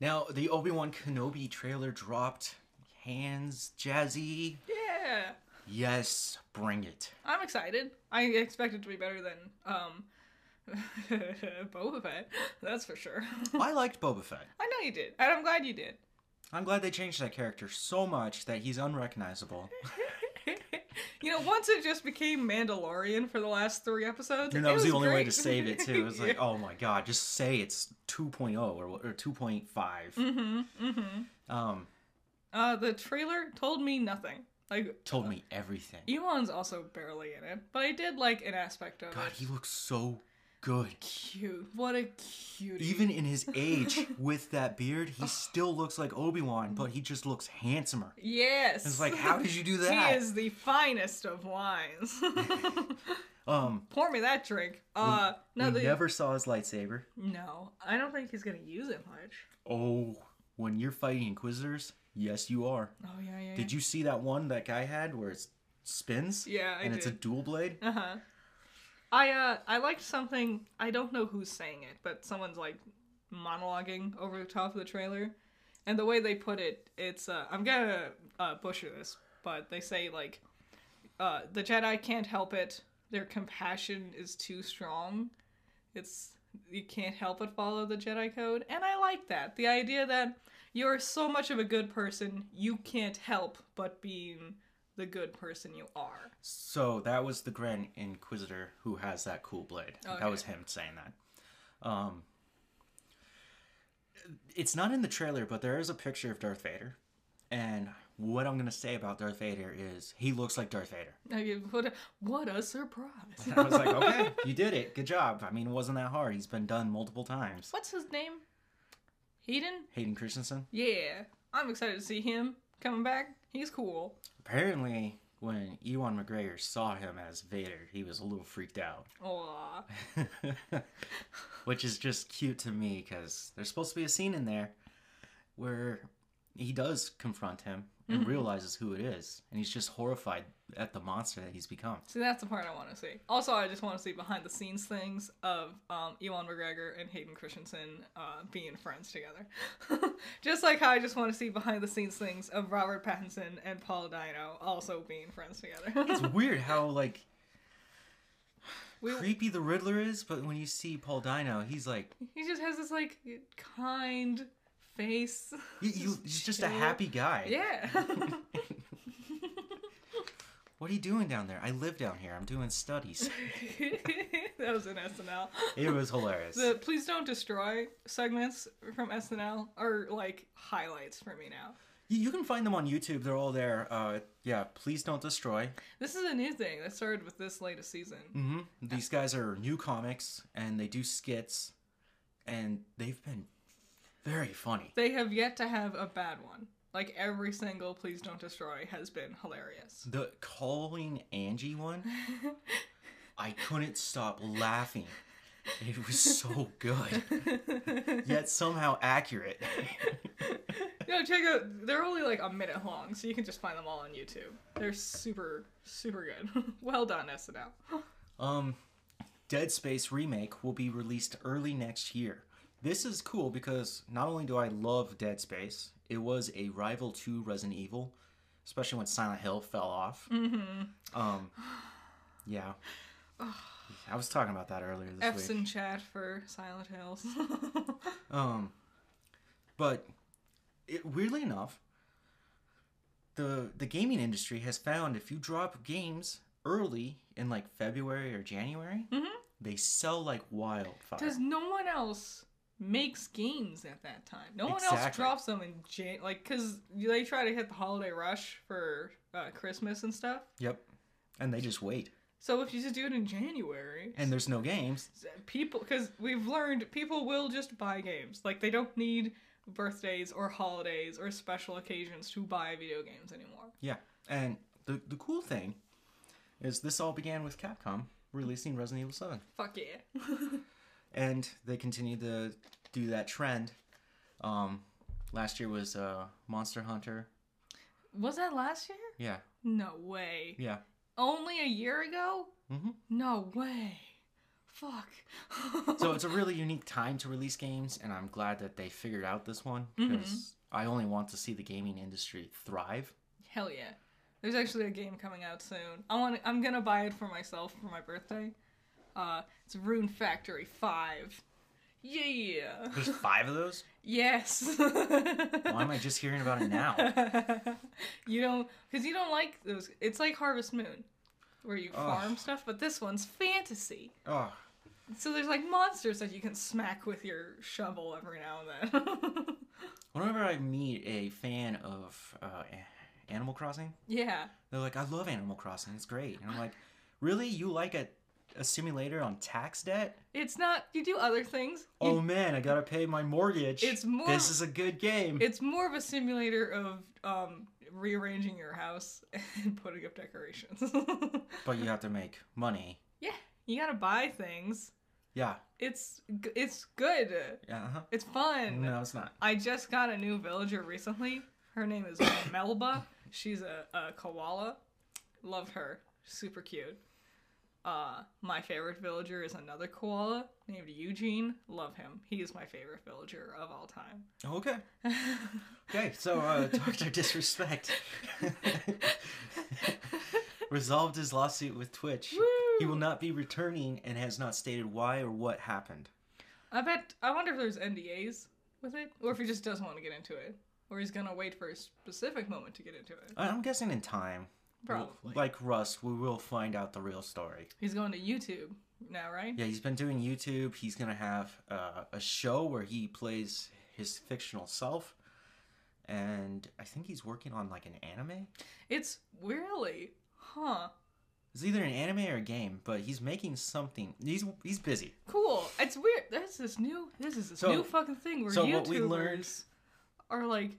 B: Now the Obi Wan Kenobi trailer dropped. Hands jazzy.
A: yeah.
B: Yes, bring it.
A: I'm excited. I expect it to be better than um Boba Fett. That's for sure.
B: I liked Boba Fett.
A: I know you did, and I'm glad you did.
B: I'm glad they changed that character so much that he's unrecognizable.
A: you know, once it just became Mandalorian for the last three episodes,
B: And that
A: it
B: was, the only way to
A: great.
B: save it too. It was like,
A: Yeah.
B: oh my god, just say it's 2.0 or, what- or 2.5.
A: Mhm, mhm.
B: Um,
A: Uh, the trailer told me nothing. Like
B: Told me everything.
A: Elon's also barely in it, but I did like an aspect of
B: God,
A: it.
B: he looks so good.
A: Cute. What a cutie.
B: Even in his age, with that beard, he still looks like Obi Wan, but he just looks handsomer.
A: yes.
B: It's like, how did you do
A: He
B: that?
A: is the finest of wines.
B: Um,
A: Pour me that drink. Uh, no,
B: we
A: the,
B: never saw his lightsaber.
A: no, I don't think he's gonna use it much.
B: Oh, when you're fighting Inquisitors, yes, you are.
A: Oh yeah, yeah.
B: Did you see that one that guy had where it spins?
A: Yeah, I
B: and it's a
A: did.
B: dual blade.
A: Uh huh. I uh, I liked something. I don't know who's saying it, but someone's like monologuing over the top of the trailer, and the way they put it, it's uh, I'm gonna uh, butcher this, but they say like, uh, the Jedi can't help it. Their compassion is too strong. It's you can't help but follow the Jedi code, and I like that. The idea that you're so much of a good person, you can't help but being the good person you are.
B: So that was the Grand Inquisitor who has that cool blade.
A: Okay.
B: That was him saying that. Um, it's not in the trailer, but there is a picture of Darth Vader, and what I'm gonna say about Darth Vader is he looks like Darth Vader.
A: I mean, what a, what a surprise.
B: I was like, okay, you did it, good job. I mean, it wasn't that hard. He's been done multiple times.
A: What's his name? Hayden?
B: Hayden Christensen.
A: Yeah. I'm excited to see him coming back. He's cool.
B: Apparently, when Ewan McGregor saw him as Vader, he was a little freaked out.
A: Aw.
B: which is just cute to me because there's supposed to be a scene in there where he does confront him and realizes who it is and he's just horrified at the monster that he's become
A: See, that's the part I want to see. Also, I just want to see behind the scenes things of um, Ewan McGregor and Hayden Christensen uh, being friends together. just like how I just want to see behind the scenes things of Robert Pattinson and Paul Dino also being friends
B: it's
A: together.
B: weird how like
A: We-
B: creepy the riddler is but when you see paul dino he's like
A: he just has this, like, kind face.
B: you, you, he's just a
A: chill.
B: happy guy
A: Yeah.
B: what are you doing down there i live down here i'm doing studies
A: that was an SNL.
B: it was hilarious
A: The please don't destroy segments from SNL are like highlights for me now.
B: you, you can find them on youtube they're all there uh, yeah please don't destroy
A: This is a new thing that started with this latest season.
B: hmm These guys are new comics and they do skits, and they've been very funny.
A: They have yet to have a bad one. Like every single please don't destroy has been hilarious.
B: The calling Angie one, I couldn't stop laughing. It was so good, yet somehow accurate.
A: No, check out. They're only like a minute long, so you can just find them all on YouTube. They're super, super good. well done, SNL.
B: Um, Dead Space remake will be released early next year. This is cool because not only do I love Dead Space, it was a rival to Resident Evil, especially when Silent Hill fell off. Mm-hmm. Um, yeah, I was talking about that earlier this
A: F's
B: week.
A: in chat for Silent Hills.
B: Um, but it, weirdly enough, the the gaming industry has found if you drop games early in like February or January, they sell like wildfire.
A: Because no one else makes games at that time. No one else
B: Exactly.
A: drops them in Jan- like because they try to hit the holiday rush for uh, Christmas and stuff.
B: Yep. And they just wait.
A: So if you just do it in January,
B: And there's no games.
A: people because we've learned people will just buy games. Like they don't need birthdays or holidays or special occasions to buy video games anymore.
B: Yeah. And the the cool thing is this all began with Capcom releasing Resident Evil 7.
A: Fuck yeah.
B: And they continue to do that trend. Um last year was uh Monster Hunter.
A: Was that last year?
B: Yeah.
A: No way.
B: Yeah.
A: Only a year ago?
B: Mhm.
A: No way. Fuck.
B: So it's a really unique time to release games and I'm glad that they figured out this one
A: Mm-hmm.
B: because I only want to see the gaming industry thrive.
A: Hell yeah. There's actually a game coming out soon. I want I'm going to buy it for myself for my birthday. Uh it's Rune Factory 5. Yeah.
B: There's 5 of those?
A: Yes.
B: Why am I just hearing about it now?
A: you don't cuz you don't like those it's like Harvest Moon where you farm stuff, but this one's fantasy.
B: Oh,
A: So there's like monsters that you can smack with your shovel every now and then.
B: Whenever I meet a fan of uh, Animal Crossing?
A: Yeah.
B: They're like, I love Animal Crossing. It's great. And I'm like, really? You like a, a simulator on tax debt?
A: It's not. You do other things. You-
B: Oh man, I gotta pay my mortgage.
A: It's more-
B: This is a good game.
A: It's more of a simulator of um, rearranging your house and putting up decorations.
B: But you have to make money.
A: yeah, you gotta buy things.
B: Yeah.
A: It's g- it's good.
B: Yeah. Uh-huh.
A: It's fun.
B: No, it's not.
A: I just got a new villager recently. Her name is Melba. She's a, a koala. Love her. Super cute. Uh, my favorite villager is another koala named Eugene. Love him. He is my favorite villager of all time.
B: Okay. Okay. So, uh, Doctor Disrespect resolved his lawsuit with Twitch. He will
A: Woo!
B: not be returning and has not stated why or what happened.
A: I bet. I wonder if there's NDAs with it, or if he just doesn't want to get into it, or he's gonna wait for a specific moment to get into it.
B: I- I'm guessing in time, we'll-
A: Probably.
B: like Rust, we will find out the real story.
A: He's going to YouTube now, right?
B: Yeah, he's been doing YouTube. He's gonna have uh, a show where he plays his fictional self, and I think he's working on like an anime.
A: It's really, huh?
B: It's either an anime or a game, but he's making something. He's he's busy.
A: Cool. It's weird. That's this new. This is this
B: So-
A: new fucking thing where
B: so
A: YouTubers
B: what we learned-
A: are like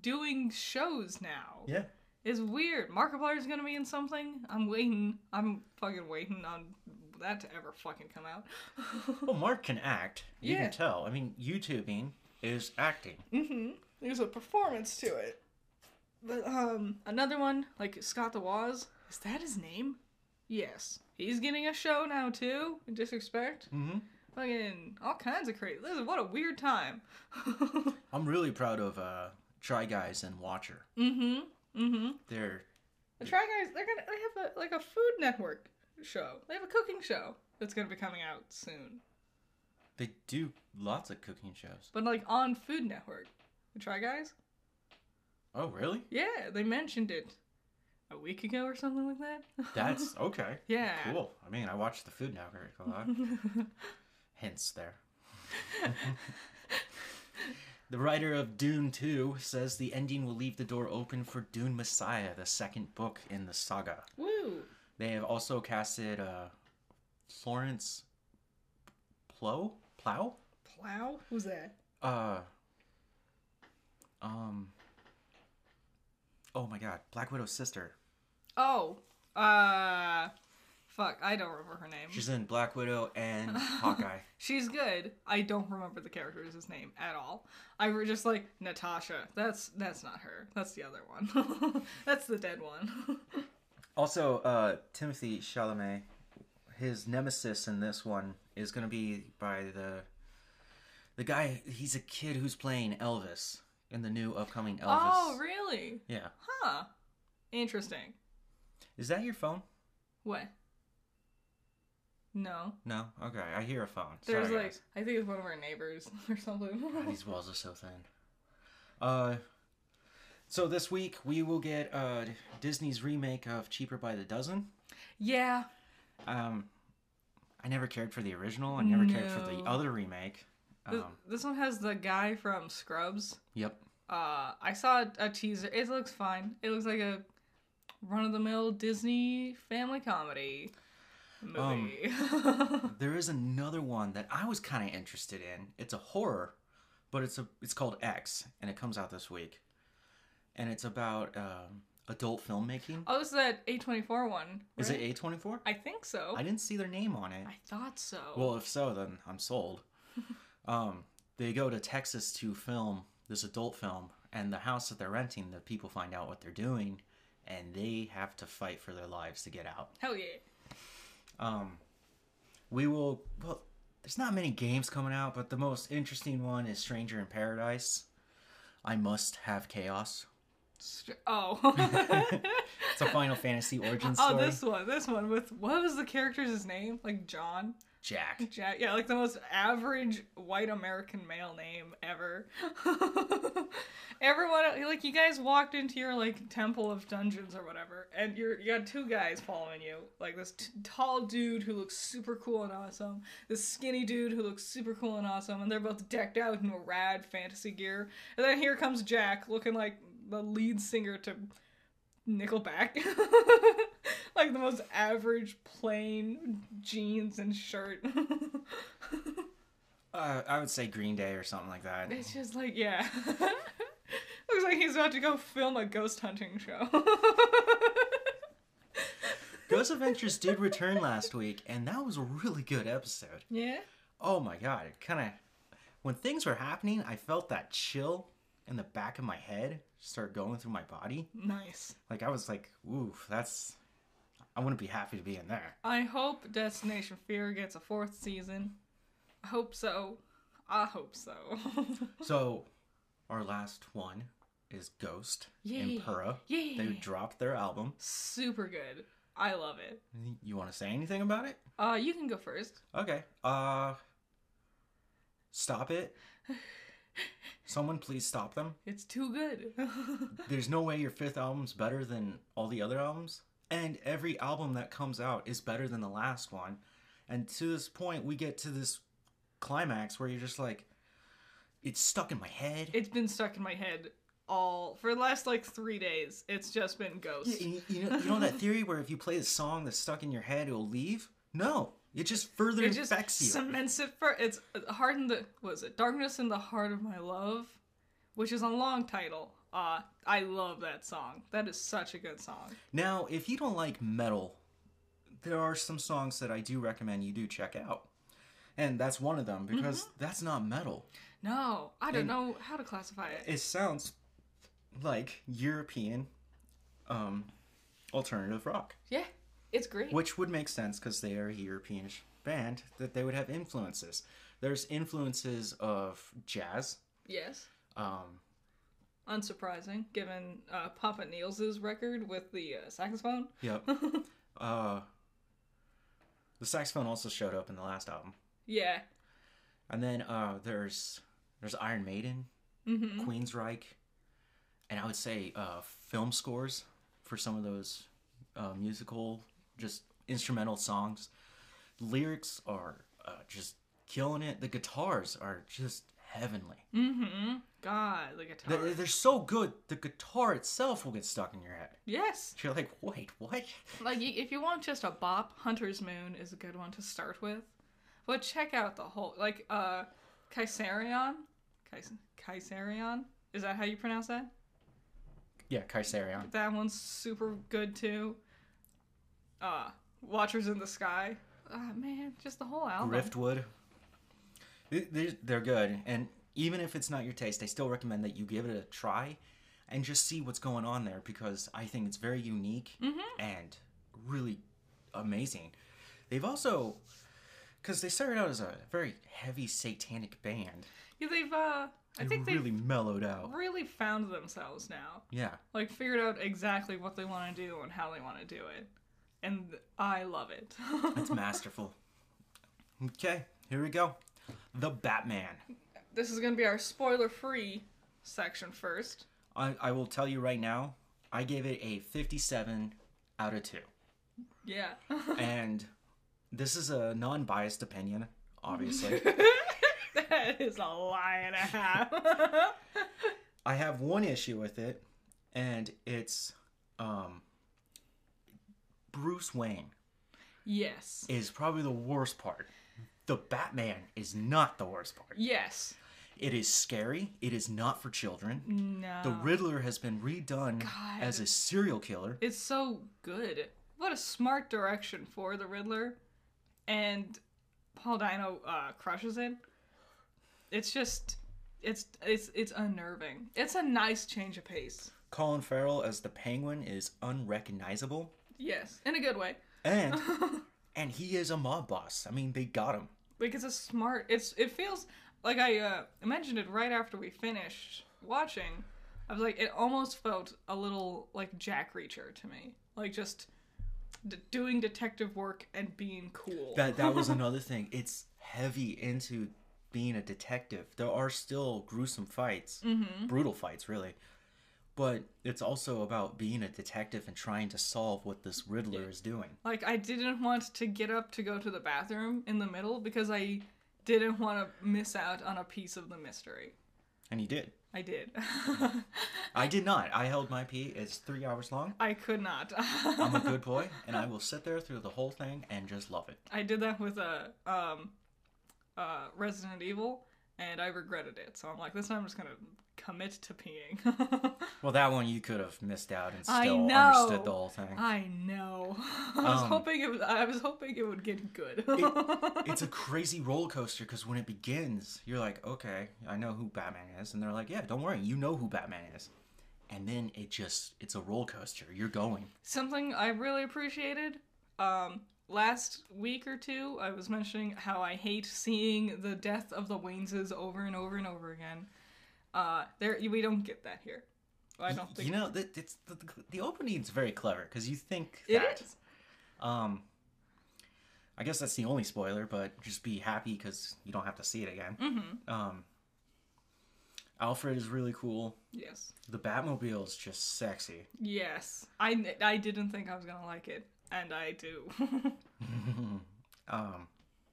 A: doing shows now.
B: Yeah.
A: It's weird. Markiplier's gonna be in something. I'm waiting. I'm fucking waiting on that to ever fucking come out.
B: Well, Mark can act. You
A: Yeah.
B: can tell. I mean, YouTubing is acting.
A: Mm-hmm. There's a performance to it. But um, another one like Scott the Waz. Is that his name? Yes. He's getting a show now too. Disrespect.
B: Mm-hmm.
A: Fucking all kinds of crazy. This is, what a weird time. Mm-hmm.
B: I'm really proud of uh, Try Guys and Watcher.
A: mm-hmm. Mm-hmm.
B: They're
A: The Try Guys. They're gonna. They have a like a Food Network show. They have a cooking show that's gonna be coming out soon.
B: they do lots of cooking shows.
A: But like on Food Network. The Try Guys.
B: Oh, really?
A: Yeah, they mentioned it a week ago or something like that.
B: That's okay.
A: yeah.
B: Cool. I mean, I watch the Food Network a lot. Hints there. the writer of Dune 2 says the ending will leave the door open for Dune Messiah, the second book in the saga.
A: Woo.
B: They have also casted uh, Florence Plow? Plow?
A: Plow? Who's that?
B: Uh, um, oh my god, Black Widow's sister.
A: Oh, uh, fuck, I don't remember her name. She's,
B: She's in Black Widow and Hawkeye.
A: good. I don't remember the character's name at all. I were just like Natasha. That's that's not her. That's the other one. that's the dead one.
B: Also, uh, Timothy Chalamet, his nemesis in this one is going to be by the the guy. He's a kid who's playing Elvis in the new upcoming Elvis.
A: oh, really?
B: Yeah.
A: Huh. Interesting.
B: Is that your phone?
A: What? No.
B: No. Okay, I hear a phone.
A: There's
B: Sorry,
A: like
B: guys.
A: I think it's one of our neighbors or something.
B: these walls are so thin. Uh. So this week we will get uh, Disney's remake of Cheaper by the Dozen.
A: yeah.
B: Um, I never cared for the original. I never cared for the
A: No.
B: other remake.
A: Th-
B: Um,
A: this one has the guy from Scrubs.
B: yep.
A: Uh, I saw a, a teaser. It looks fine. It looks like a run of the mill Disney family comedy
B: Um.
A: movie.
B: There is another one that I was kind of interested in. It's a horror, but it's a it's called X, and it comes out this week. And it's about um, adult filmmaking.
A: oh, it's that A24 one.
B: Is it
A: right?
B: A twenty four?
A: I think so.
B: I didn't see their name on it.
A: I thought so.
B: Well, if so, then I'm sold. um, they go to Texas to film this adult film, and the house that they're renting, the people find out what they're doing, and they have to fight for their lives to get out.
A: Hell yeah.
B: Um, we will. Well, there's not many games coming out, but the most interesting one is Stranger in Paradise. I must have chaos.
A: Str- oh.
B: It's a Final Fantasy origin story.
A: oh, this one. This one with what was the character's name? Like John?
B: Jack.
A: Jack? Yeah, like the most average white American male name ever. Everyone, like you guys walked into your like temple of dungeons or whatever, and you're you got two guys following you, like this t- tall dude who looks super cool and awesome, this skinny dude who looks super cool and awesome, and they're both decked out in rad fantasy gear, and then here comes Jack looking like the lead singer to Nickelback. like the most average plain jeans and shirt.
B: Uh, I would say Green Day or something like that.
A: it's just like, yeah. Looks like he's about to go film a ghost hunting show.
B: Ghost Adventures did return last week, and that was a really good episode.
A: yeah?
B: Oh my god, it kind of. When things were happening, I felt that chill in the back of my head start going through my body.
A: Nice.
B: Like I was like, "Ooh, that's." I wouldn't be happy to be in there.
A: I hope Destination Fear gets a fourth season. I hope so. I hope so.
B: So, our last one is Ghost and
A: Yeah.
B: Pura.
A: yeah.
B: They dropped their album.
A: Super good. I love it.
B: You want to say anything about it?
A: Uh, you can go first.
B: Okay. Uh Stop it. Someone please stop them.
A: It's too good.
B: There's no way your fifth album's better than all the other albums. And every album that comes out is better than the last one. And to this point, we get to this climax where you're just like, it's stuck in my head.
A: it's been stuck in my head all for the last like three days. It's just been
B: Yeah,
A: ghosts.
B: and you, you know, you know that theory where if you play a song that's stuck in your head, it'll leave? No. It just further
A: It just
B: infects you.
A: cements it for it's hardened the was it darkness in the heart of my love, which is a long title. Uh, I love that song. That is such a good song.
B: Now, if you don't like metal, there are some songs that I do recommend you do check out. And that's one of them because
A: Mm-hmm.
B: that's not metal.
A: No, I don't
B: And-
A: know how to classify it.
B: It sounds like European um alternative rock,
A: Yeah, it's great.
B: which would make sense cuz they are a European sh- band that they would have influences. There's influences of jazz,
A: Yes,
B: um
A: unsurprising given uh, Papa Niels' record with the uh, saxophone.
B: yep. uh the saxophone also showed up in the last album.
A: Yeah,
B: And then uh, there's there's Iron Maiden, Queensryche, and I would say uh, film scores for some of those uh, musical, just instrumental songs. Lyrics are uh, just killing it. The guitars are just heavenly.
A: mm-hmm. God, the guitar.
B: They're, they're so good. The guitar itself will get stuck in your head.
A: yes,
B: You're like, wait, what?
A: like y- if you want just a bop, Hunter's Moon is a good one to start with. But check out the whole like uh, Kaiserion, Kais- Kaiserion. Is that how you pronounce that?
B: Yeah, Kaiserion.
A: That one's super good too. Uh, Watchers in the Sky. Ah man, just the whole album.
B: Riftwood. They- They're, they're good, and even if it's not your taste, I still recommend that you give it a try, and just see what's going on there because I think it's very unique
A: Mm-hmm.
B: and really amazing. They've also, because they started out as a very heavy satanic band,
A: Yeah, they've uh, I
B: they
A: think they've
B: really mellowed out.
A: really found themselves now.
B: Yeah,
A: Like figured out exactly what they want to do and how they want to do it. And I love it.
B: it's masterful. Okay, here we go. The Batman.
A: this is going to be our spoiler free section first.
B: I, I will tell you right now, I gave it a 57 out of 2.
A: Yeah.
B: and this is a non-biased opinion obviously
A: that is a lie and a half.
B: i have one issue with it and it's um bruce wayne
A: yes.
B: is probably the worst part the batman is not the worst part
A: Yes.
B: it is scary it is not for children
A: No.
B: the riddler has been redone as a serial killer
A: it's so good. What a smart direction for the Riddler. And Paul Dino uh, crushes it. It's just it's it's it's unnerving. It's a nice change of pace.
B: colin farrell as the penguin is unrecognizable
A: Yes, in a good way.
B: and and he is a mob boss i mean they got him
A: like it's a smart it's it feels like i uh mentioned it right after we finished watching i was like it almost felt a little like jack reacher to me like just d- doing detective work and being cool
B: that that was another thing. It's heavy into being a detective. There are still gruesome fights,
A: Mm-hmm.
B: brutal fights, really. But it's also about being a detective and trying to solve what this Riddler is doing.
A: like i didn't want to get up to go to the bathroom in the middle because i didn't want to miss out on a piece of the mystery
B: And he did.
A: I did.
B: I did not. I held my pee. It's three hours long.
A: I could not.
B: I'm a good boy, and I will sit there through the whole thing and just love it.
A: I did that with a um, uh, Resident Evil, and I regretted it. So I'm like, this time I'm just gonna commit to peeing.
B: Well, that one you could have missed out and
A: I
B: still
A: know.
B: understood the whole thing.
A: I know. I was
B: Um,
A: hoping it was. I was hoping it would get good.
B: it's a crazy roller coaster because when it begins, you're like, okay, I know who Batman is, and they're like, yeah, don't worry, you know who Batman is, and then it just it's a roller coaster. You're going.
A: Something I really appreciated. Um, last week or two, I was mentioning how I hate seeing the death of the Wayneses over and over and over again. Uh, there we don't get that here. I don't think
B: you know that it's the, the, the opening's very clever because you think
A: it
B: that,
A: is.
B: Um, I guess that's the only spoiler, but just be happy because you don't have to see it again.
A: Mm-hmm. Mm.
B: Um, Alfred is really cool.
A: Yes,
B: The Batmobile is just sexy.
A: yes. I I didn't think I was gonna like it, and I do.
B: Um,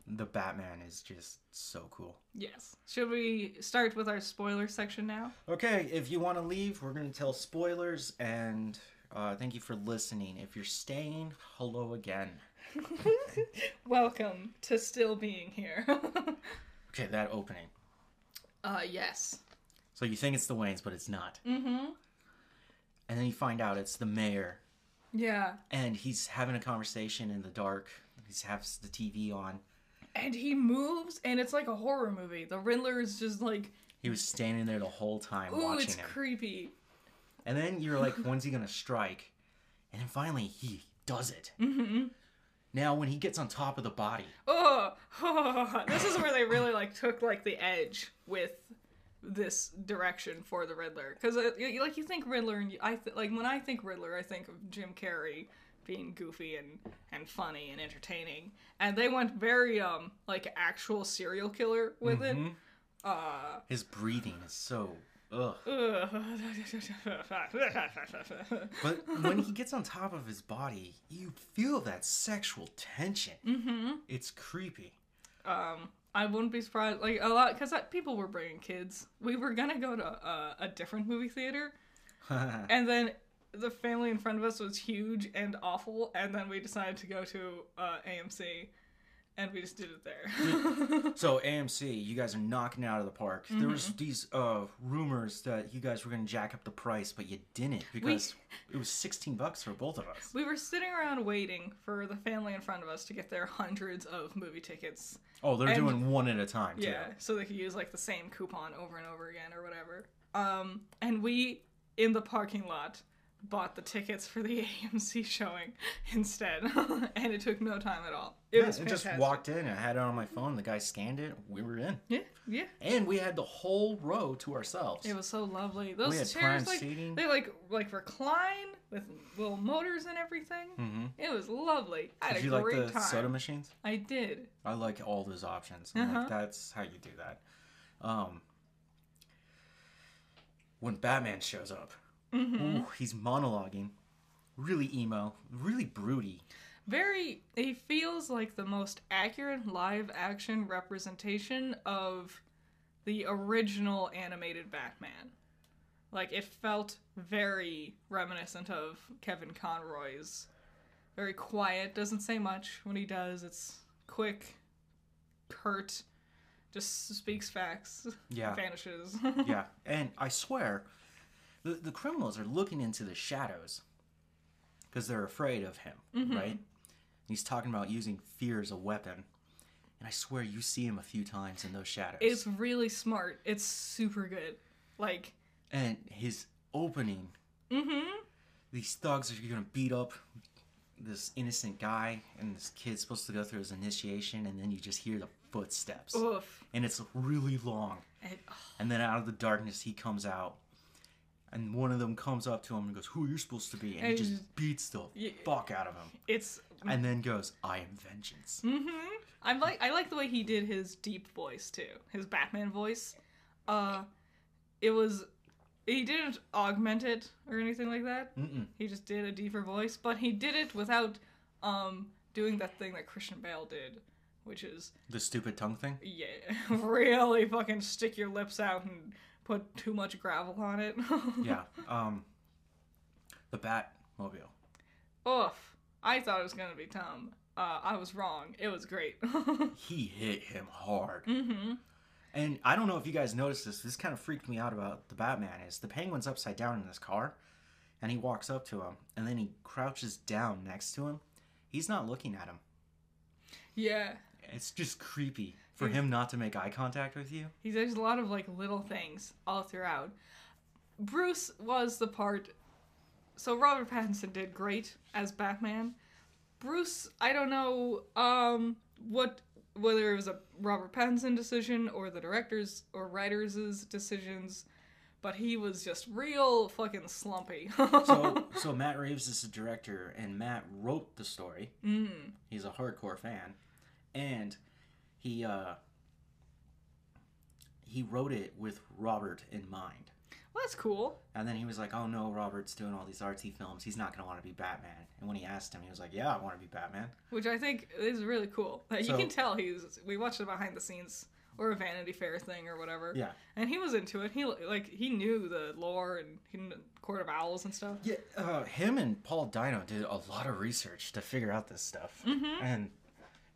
B: the Batman is just so cool.
A: yes. Should we start with our spoiler section now?
B: Okay, if you want to leave, we're going to tell spoilers and uh, thank you for listening. If you're staying, hello again.
A: Welcome to still being here.
B: Okay, that opening.
A: uh, yes.
B: So you think it's the Waynes, but it's not.
A: Mm-hmm.
B: And then you find out it's the mayor
A: Yeah.
B: and he's having a conversation in the dark. He has the TV on.
A: And he moves, and it's like a horror movie. The Riddler is just like,
B: He was standing there the whole time
A: ooh,
B: watching
A: it's
B: him.
A: creepy.
B: and then you're like, when's he gonna strike? And then finally he does it.
A: Mm-hmm.
B: Now when he gets on top of the body,
A: Oh, this is where they really like took like the edge with this direction for the Riddler, because like you think Riddler, and you, I th- like when I think Riddler, I think of Jim Carrey being goofy and and funny and entertaining, and they went very um like actual serial killer with it.
B: Mhm.
A: Uh,
B: his breathing is so ugh.
A: mm-hmm.
B: But when he gets on top of his body, you feel that sexual tension.
A: Mm-hmm.
B: It's creepy.
A: Um, I wouldn't be surprised. Like a lot, because people were bringing kids. We were gonna go to uh, a, a different movie theater, and then the family in front of us was huge and awful, and then we decided to go to uh, AMC, and we just did it there.
B: so AMC, you guys are knocking it out of the park. There was
A: Mm-hmm.
B: these uh, rumors that you guys were gonna jack up the price, but you didn't because it was sixteen bucks for both of us.
A: we were sitting around waiting for the family in front of us to get their hundreds of movie tickets.
B: Oh, they're
A: And-
B: doing one at a time too.
A: Yeah, so they could use like the same coupon over and over again or whatever. Um, and we in the parking lot bought the tickets for the AMC showing instead, and it took no time at all. It
B: Yeah,
A: was
B: I just
A: fantastic.
B: walked in. I had it on my phone. The guy scanned it. We were in,
A: Yeah, yeah.
B: and we had the whole row to ourselves.
A: It was so lovely. Those
B: had prime
A: chairs, like
B: seating.
A: they like like recline with little motors and everything.
B: mm-hmm.
A: It was lovely. I had
B: Did
A: a
B: you like
A: great
B: the
A: time.
B: soda machines?
A: I did.
B: I like all those options. I'm
A: Uh-huh.
B: like, that's how you do that. Um, when Batman shows up,
A: Mm-hmm.
B: ooh, he's monologuing, really emo, really broody.
A: very it feels like the most accurate live action representation of the original animated batman like it felt very reminiscent of kevin conroy's very quiet doesn't say much when he does it's quick curt just speaks facts
B: Yeah,
A: vanishes
B: yeah. And I swear, the the criminals are looking into the shadows because they're afraid of him, right? And he's talking about using fear as a weapon, and I swear you see him a few times in those shadows.
A: it's really smart it's super good like
B: and his opening
A: mm-hmm
B: these thugs are gonna beat up this innocent guy and this kid's supposed to go through his initiation and then you just hear the footsteps
A: oof
B: and it's really long
A: and,
B: and then out of the darkness he comes out and one of them comes up to him and goes who are you supposed to be and he
A: And
B: just beats the
A: Yeah. Mm.
B: fuck out of him
A: it's
B: and then goes i am vengeance
A: hmm I like I like the way he did his deep voice too, his Batman voice. Uh, it was he didn't augment it or anything like that.
B: Mm-mm.
A: He just did a deeper voice, but he did it without um doing that thing that Christian Bale did, which is
B: the stupid tongue thing
A: yeah, really fucking stick your lips out and put too much gravel on it.
B: yeah. Um, the Batmobile.
A: Oof. I thought it was gonna be Tom. Uh, I was wrong. It was great.
B: He hit him hard.
A: mm-hmm.
B: And I don't know if you guys noticed this. This kind of freaked me out about the Batman. Is the Penguin's upside down in this car, and he walks up to him, and then he crouches down next to him. He's not looking at him.
A: Yeah.
B: It's just creepy for him not to make eye contact with you.
A: He there's a lot of like little things all throughout. Bruce was the part so Robert Pattinson did great as Batman. Bruce, I don't know um what whether it was a Robert Pattinson decision or the directors or writers' decisions, but he was just real fucking slumpy.
B: So, so Matt Reeves is the director, and Matt wrote the story.
A: mm,
B: He's a hardcore fan, and he uh, he wrote it with Robert in mind.
A: well, that's cool.
B: And then he was like, "Oh no, Robert's doing all these artsy films. He's not gonna want to be Batman." And when he asked him, he was like, "Yeah, I want to be Batman."
A: which I think is really cool. That you
B: So-
A: can tell he's. We watched a behind the scenes or a Vanity Fair thing or whatever.
B: Yeah.
A: and he was into it. He like he knew the lore and he knew Court of Owls and stuff.
B: Yeah, uh, him and Paul Dino did a lot of research to figure out this stuff,
A: Mm-hmm.
B: and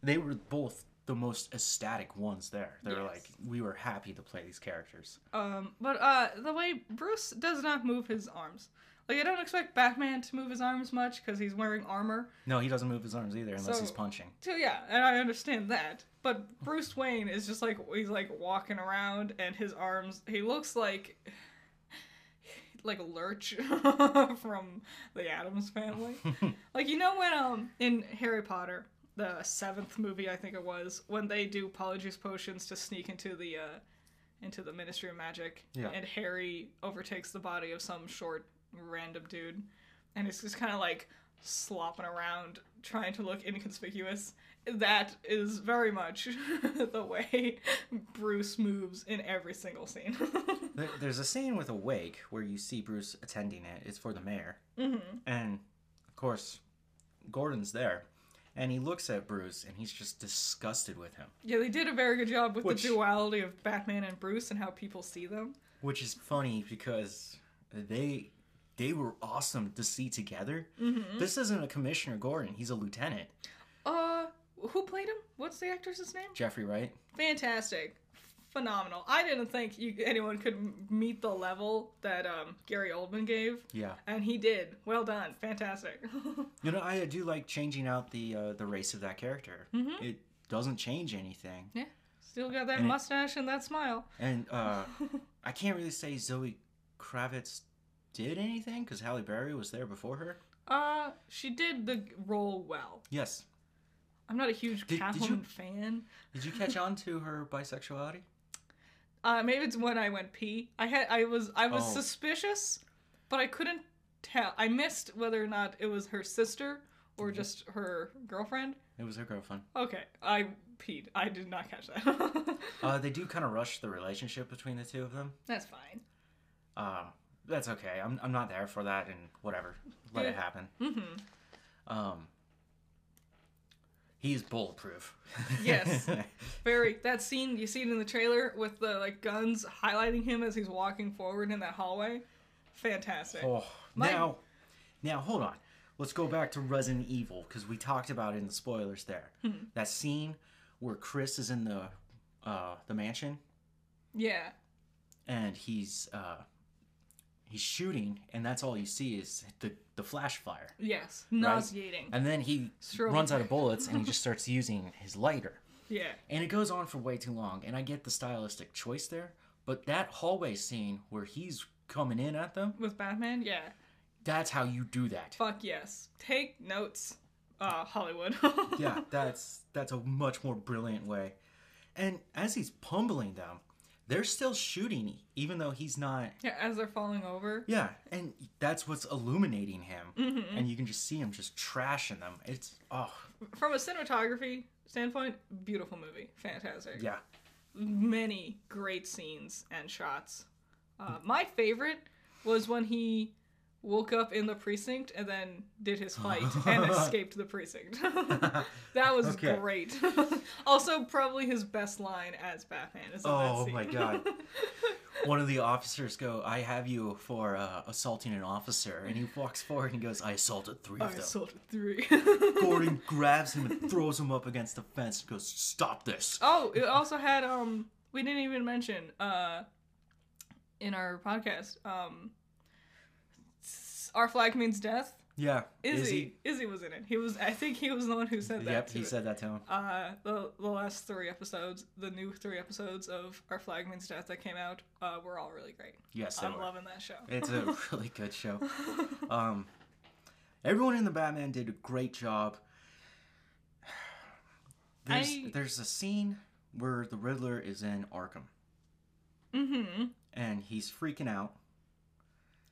B: they were both the most ecstatic ones there. They were
A: Yes.
B: like, "We were happy to play these characters."
A: Um, but uh, the way Bruce does not move his arms. Like I don't expect Batman to move his arms much because he's wearing armor.
B: No, he doesn't move his arms either unless
A: So-
B: he's punching.
A: So yeah, and I understand that. But Bruce Wayne is just like he's like walking around and his arms. He looks like like Lurch from the Adams Family. like you know when um in Harry Potter, the seventh movie I think it was, when they do Polyjuice potions to sneak into the uh into the Ministry of Magic,
B: Yeah.
A: and Harry overtakes the body of some short random dude, and it's just kind of like slopping around trying to look inconspicuous. That is very much the way Bruce moves in every single scene.
B: There- There's a scene with a wake where you see Bruce attending it. It's for the mayor.
A: Mm-hmm.
B: And of course, Gordon's there. And he looks at Bruce and he's just disgusted with him,
A: yeah, they did a very good job with
B: Which-
A: the duality of Batman and Bruce and how people see them.
B: which is funny because they they were awesome to see together. This isn't a commissioner Gordon, he's a lieutenant.
A: Uh, who played him? What's the actress's name?
B: Jeffrey Wright.
A: Fantastic. Phenomenal. I didn't think you, anyone could m- meet the level that um, Gary Oldman gave,
B: Yeah.
A: and he did. Well done. Fantastic.
B: You know, I do like changing out the uh, the race of that character. It doesn't change anything.
A: yeah. Still got that
B: And it-
A: mustache and that smile.
B: And uh, I can't really say Zoe Kravitz did anything because Halle Berry was there before her.
A: Uh, she did the role well.
B: Yes.
A: I'm not a huge
B: Did- did
A: Catwoman
B: you-
A: fan.
B: Did you catch on to her bisexuality?
A: Uh, maybe it's when I went pee. I had, I was, I was
B: Oh.
A: suspicious, but I couldn't tell. I missed whether or not it was her sister
B: Mm-hmm.
A: or just her girlfriend.
B: It was her girlfriend.
A: Okay, I peed. I did not catch that.
B: Uh, they do kind of rush the relationship between the two of them.
A: That's fine.
B: Um, that's okay. I'm, I'm not there for that, and whatever. Let it
A: Yeah.
B: happen.
A: Mm-hmm.
B: Um, he's bulletproof.
A: Yes. Very that scene you see it in the trailer with the like guns highlighting him as he's walking forward in that hallway. Fantastic.
B: oh,
A: My-
B: now, now hold on. Let's go back to Resident Evil because we talked about it in the spoilers there. That scene where Chris is in the uh, the mansion
A: Yeah.
B: and he's uh he's shooting and that's all you see is the the flash fire
A: Yes. Nauseating.
B: and then he
A: Strobe.
B: runs out of bullets and he just starts using his lighter
A: Yeah.
B: and it goes on for way too long and i get the stylistic choice there but that hallway scene where he's coming in at them
A: With Batman. Yeah.
B: that's how you do that
A: Fuck yes. Take notes. Uh, Hollywood.
B: yeah that's that's a much more brilliant way and as he's pummeling them they're still shooting even though he's not
A: Yeah, As they're falling over.
B: Yeah, and that's what's illuminating him,
A: Mm-hmm.
B: and you can just see him just trashing them. It's oh
A: From a cinematography standpoint, beautiful movie. Fantastic.
B: yeah,
A: many great scenes and shots. Uh, my favorite was when he woke up in the precinct and then did his fight and escaped the precinct. that was
B: Okay.
A: great. also, probably his best line as Batman is in that
B: Oh
A: scene.
B: my god. One of the officers go, "I have you for uh, assaulting an officer," and he walks forward and he goes, "I assaulted three of
A: I
B: them."
A: assaulted three.
B: Gordon grabs him and throws him up against the fence and goes, "Stop this!"
A: Oh, it also had um we didn't even mention uh in our podcast um s- our flag means death.
B: Yeah,
A: Izzy
B: Izzy-
A: Izzy was in it. He was I think he was the one who said that.
B: Yep,
A: to
B: he
A: it.
B: said that to him.
A: uh the, the last three episodes, the new three episodes of Our Flag Means Death that came out, uh, were all really great.
B: Yes, they
A: I'm
B: were.
A: loving that show.
B: It's a really good show. Um, everyone in the Batman did a great job. There's
A: I-
B: there's a scene where the Riddler is in Arkham
A: mm-hmm.
B: and he's freaking out,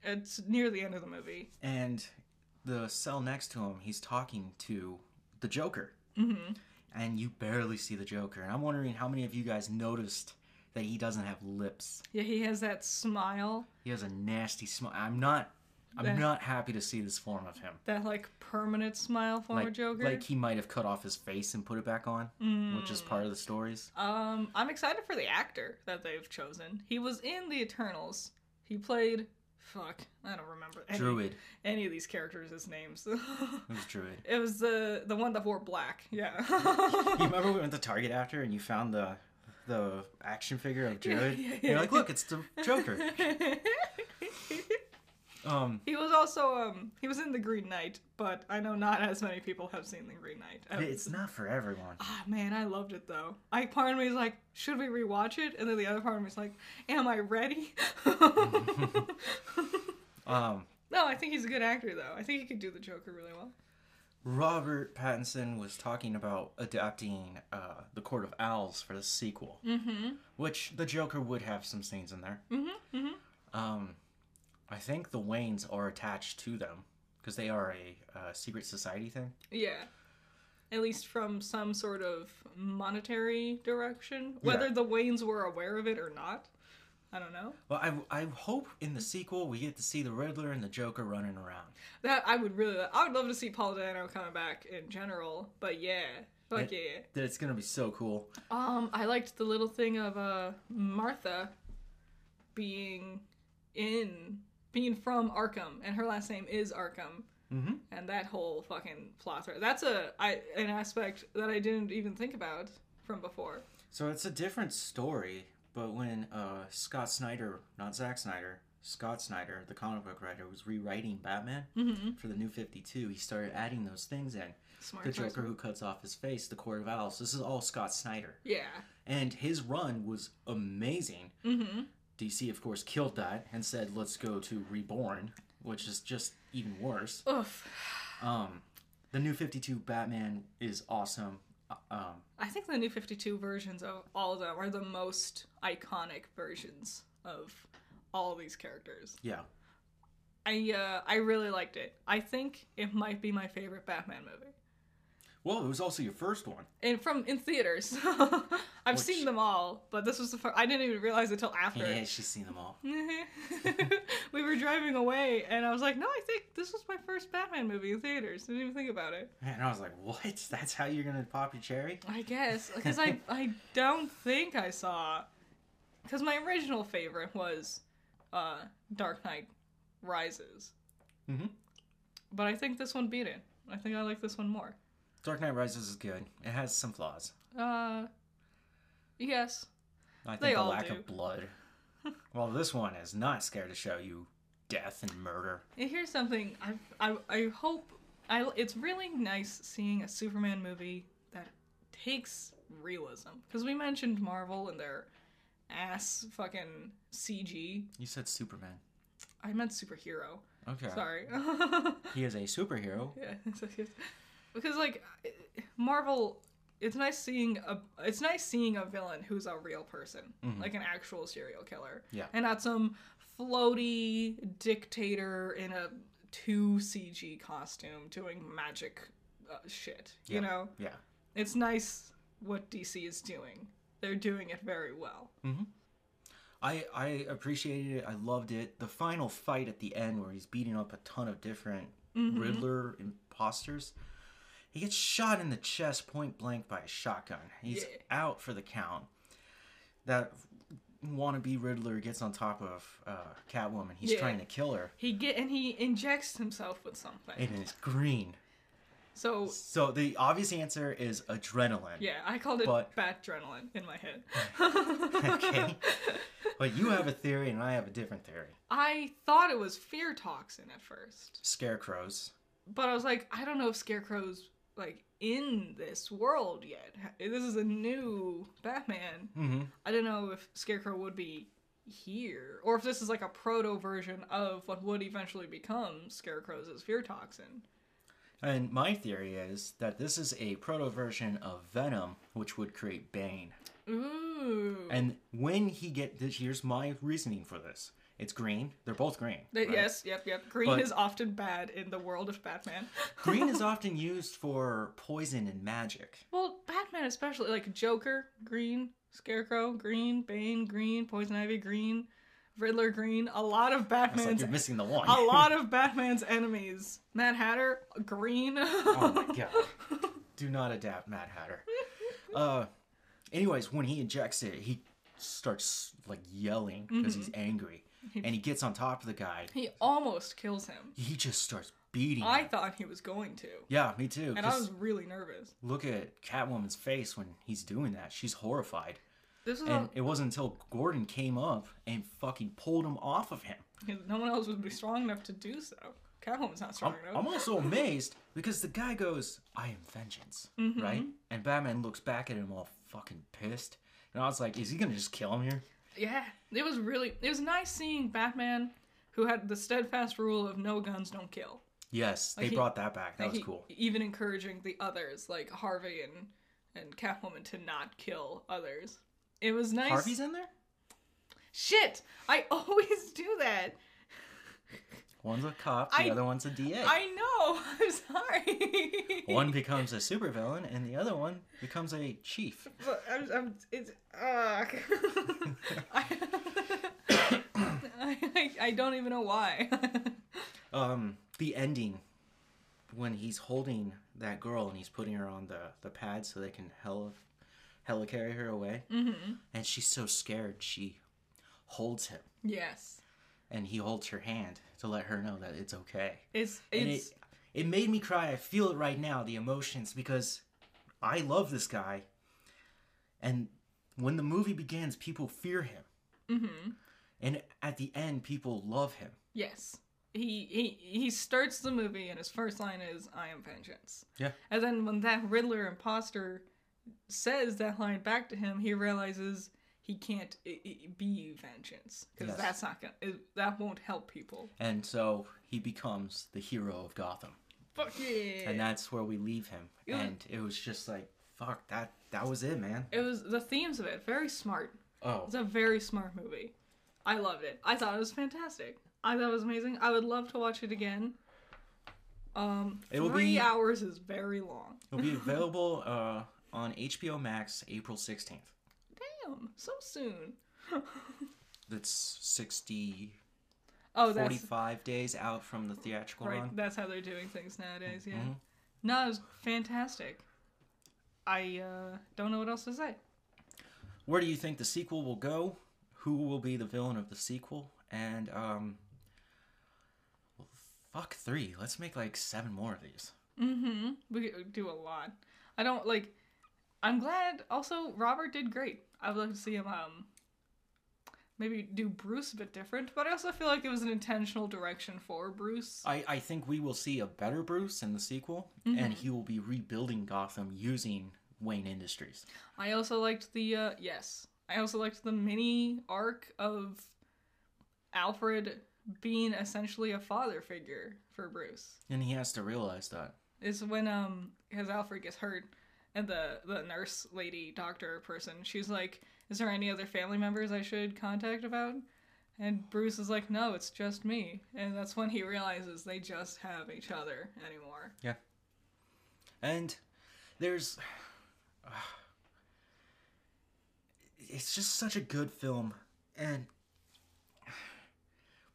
A: It's near the end of the movie.
B: and the cell next to him, he's talking to the Joker,
A: Mm-hmm.
B: and you barely see the Joker. And I'm wondering how many of you guys noticed that he doesn't have lips.
A: Yeah, he has that smile,
B: He has a nasty smile. I'm not. I'm
A: That-
B: not happy to see this form of him.
A: that like permanent smile form
B: like,
A: of Joker.
B: Like he might have cut off his face and put it back on, which
A: Mm.
B: is part of the
A: Hmm.
B: stories.
A: Um, I'm excited for the actor that they've chosen. He was in the Eternals. He played fuck, I don't remember any,
B: Druid.
A: any of these characters as names.
B: It was Druid.
A: it was the the one that wore black. Yeah.
B: You remember we went to Target after and you found the the action figure of
A: Yeah,
B: Druid?
A: yeah,
B: And You're like,
A: yeah.
B: look, it's the Joker. Um,
A: he was also um he was in the Green Knight, but I know not as many people have seen the Green Knight. I-
B: it's not for everyone.
A: Ah man, I loved it though. I part of me is like, should we rewatch it? And then the other part of me is like, am I ready?
B: Um,
A: No, I think he's a good actor though. I think he could do the Joker really well.
B: Robert Pattinson was talking about adapting uh, the Court of Owls for the sequel,
A: Mm-hmm.
B: which the Joker would have some scenes in there.
A: Mm-hmm. Mm-hmm.
B: Um, I think the Waynes are attached to them because they are a uh, secret society thing.
A: Yeah. At least from some sort of monetary direction, whether
B: Yeah.
A: the Waynes were aware of it or not, I don't know.
B: Well, I, I hope in the sequel we get to see the Riddler and the Joker running around.
A: That I would really, I would love to see Paul Dano coming back in general. But yeah, fuck yeah.
B: That it's gonna be so cool.
A: Um, I liked the little thing of uh Martha being in being from Arkham, and her last name is Arkham.
B: Mm-hmm.
A: and that whole fucking plot thread. That's a I an aspect that I didn't even think about from before.
B: So it's a different story, but when uh, Scott Snyder, not Zack Snyder, Scott Snyder, the comic book writer, was rewriting Batman
A: Mm-hmm.
B: for the New Fifty Two, he started adding those things in.
A: Smart.
B: The
A: choice.
B: Joker who cuts off his face, the Court of Owls. This is all Scott Snyder,
A: Yeah.
B: and his run was amazing.
A: Mm-hmm.
B: DC, of course, killed that and said, "Let's go to Reborn," which is just even worse.
A: Oof.
B: Um, the new 52 Batman is awesome. Uh, Um,
A: I think the new Fifty Two versions of all of them are the most iconic versions of all these characters.
B: yeah.
A: I uh, I really liked it. I think it might be my favorite Batman movie.
B: Well, it was also your first one.
A: And from in theaters, I've
B: Which-
A: seen them all, but this was the first. I didn't even realize it till after.
B: Yeah, she's seen them all.
A: Mm-hmm. we were driving away, and I was like, "No, I think this was my first Batman movie in theaters." Didn't even think about it.
B: And I was like, "What? That's how you're gonna pop your cherry?"
A: I guess because I I don't think I saw because my original favorite was uh, Dark Knight Rises,
B: Mhm.
A: but I think this one beat it. I think I like this one more.
B: Dark Knight Rises is good. It has some flaws.
A: Uh, yes,
B: I think
A: They
B: the
A: all
B: lack
A: do.
B: of blood. well, this one is not scared to show you death and murder.
A: And here's something I, I, I hope I, it's really nice seeing a Superman movie that takes realism because we mentioned Marvel and their ass fucking CG.
B: You said Superman.
A: I meant superhero.
B: Okay.
A: Sorry.
B: He is a superhero.
A: yeah, so yes. because like Marvel, it's nice seeing a it's nice seeing a villain who's a real person,
B: Mhm.
A: like an actual serial killer,
B: Yeah.
A: and not some floaty dictator in a two CG costume doing magic uh, shit.
B: Yeah.
A: You know,
B: Yeah.
A: it's nice what DC is doing. They're doing it very well.
B: I I appreciated it. I loved it. The final fight at the end where he's beating up a ton of different
A: Mm-hmm.
B: Riddler imposters. He gets shot in the chest point blank by a shotgun. He's
A: Yeah.
B: out for the count. That wannabe Riddler gets on top of uh, Catwoman. He's
A: Yeah.
B: trying to kill her,
A: He get and he injects himself with something.
B: and it's green.
A: So
B: So the obvious answer is adrenaline.
A: Oh. yeah, I called it
B: But-
A: bat adrenaline in my head.
B: okay. But you have a theory, and I have a different theory.
A: I thought it was fear toxin at first,
B: Scarecrows.
A: but I was like, I don't know if Scarecrow's like in this world yet. This is a new Batman.
B: Mm-hmm.
A: I don't know if Scarecrow would be here or if this is like a proto version of what would eventually become Scarecrow's as fear toxin.
B: And my theory is that this is a proto version of Venom, which would create Bane.
A: Ooh.
B: And when he get this, here's my reasoning for this. It's green. They're both green.
A: That-
B: right?
A: Yes, yep, yep. Green
B: But-
A: is often bad in the world of Batman.
B: green is often used for poison and magic.
A: Well, Batman especially, like Joker, green, Scarecrow, green, Bane, green, Poison Ivy, green, Riddler, green. A lot of
B: It's like
A: Batman's,
B: you're missing the one.
A: a lot of Batman's enemies. Mad Hatter, green.
B: oh my god. Do not adapt Mad Hatter. Uh, anyways, when he injects it, he starts like yelling because he's
A: Mm-hmm.
B: angry, and he gets on top of the guy.
A: he almost kills him.
B: He just starts beating.
A: I
B: him.
A: thought he was going to,
B: Yeah, me too.
A: and I
B: 'cause-
A: was really nervous.
B: look at Catwoman's face when he's doing that. She's horrified.
A: This was
B: And it wasn't until Gordon came up and fucking pulled him off of him.
A: all- no one else would be strong enough to do so. Catwoman's not strong
B: I'm,
A: enough.
B: I'm also amazed because the guy goes, I am vengeance,
A: Mm-hmm.
B: right? And Batman looks back at him all fucking pissed. And I was like, is he gonna just kill him here?
A: Yeah, it was really it was nice seeing Batman, who had the steadfast rule of no guns, don't kill.
B: Yes, they
A: he-
B: brought that back. That
A: Like,
B: was
A: he-
B: cool.
A: Even encouraging the others, like Harvey and and Catwoman, to not kill others. It was nice.
B: Harvey's in there?
A: Shit, I always do that.
B: One's a cop, the
A: I-
B: other one's a DA.
A: I know. I'm sorry.
B: one becomes a supervillain and the other one becomes a chief.
A: But I'm, I'm, it's, uh, I, I, I, I don't even know why.
B: um the ending when he's holding that girl and he's putting her on the the pad so they can hella hella carry her away
A: Mm.
B: mm-hmm. and she's so scared she holds him
A: yes,
B: and he holds her hand to let her know that it's okay
A: it's
B: and
A: it's
B: it it made me cry i feel it right now the emotions because i love this guy and when the movie begins people fear him mm-hmm. and at the end people love him
A: Yes. He, he he starts the movie and his first line is I am vengeance.
B: Yeah.
A: And then when that Riddler imposter says that line back to him, he realizes he can't i- i- be vengeance because
B: Yes.
A: that's not gonna it- that won't help people.
B: and so he becomes the hero of gotham
A: Fuck yeah.
B: and that's where we leave him.
A: Yeah.
B: And it was just like, fuck that. That was it, man.
A: it was the themes of it very smart.
B: Oh,
A: It's a very smart movie. I loved it. I thought it was fantastic. I thought it was amazing. I would love to watch it again. Um,
B: It will
A: three
B: be-
A: hours is very long.
B: it'll be available uh, on HBO Max April sixteenth.
A: Damn, so soon.
B: That's 60,
A: Oh, that's
B: 45 days out from the theatrical
A: right.
B: run.
A: That's how they're doing things nowadays. Yeah.
B: Mm-hmm.
A: No, it was fantastic. I uh, don't know what else to say.
B: Where do you think the sequel will go? Who will be the villain of the sequel? And um, well, fuck three. Let's make like seven more of these.
A: Mm-hmm. We could do a lot. I don't like. I'm glad. Also, Robert did great. I would like to see him. Um, maybe do Bruce a bit different, but I also feel like it was an intentional direction for Bruce.
B: I, I think we will see a better Bruce in the sequel,
A: Mm-hmm.
B: and he will be rebuilding Gotham using Wayne Industries.
A: I also liked the uh yes. I also liked the mini arc of Alfred being essentially a father figure for Bruce.
B: And he has to realize that.
A: It's when um his Alfred gets hurt and the the nurse lady doctor person she's like, "Is there any other family members I should contact about?" And Bruce is like, "No, it's just me." And that's when he realizes they just have each other anymore.
B: Yeah. And there's. it's just such a good film. And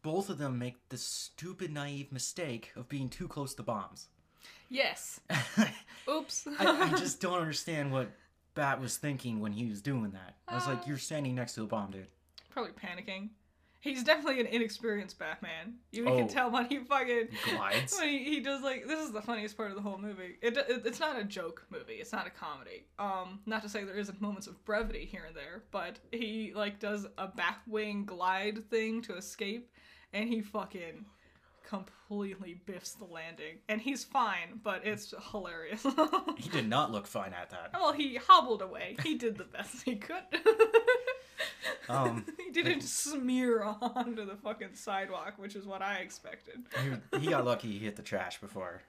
B: both of them make the stupid naive mistake of being too close to bombs.
A: Yes.
B: I,
A: Oops.
B: I just don't understand what Bat was thinking when he was doing that. I was like, you're standing next to a bomb, dude.
A: Probably panicking. He's definitely an inexperienced Batman. You
B: Oh.
A: can tell when he fucking
B: Glides.
A: when he, he does like this is the funniest part of the whole movie. It, it it's not a joke movie. It's not a comedy. Um, not to say there isn't moments of brevity here and there, but he like does a back wing glide thing to escape, and he fucking completely biffs the landing. And he's fine, but it's hilarious.
B: He did not look fine at that.
A: well, he hobbled away. He did the best he could.
B: Um,
A: he didn't smear onto the fucking sidewalk, which is what I expected.
B: he, he got lucky he hit the trash before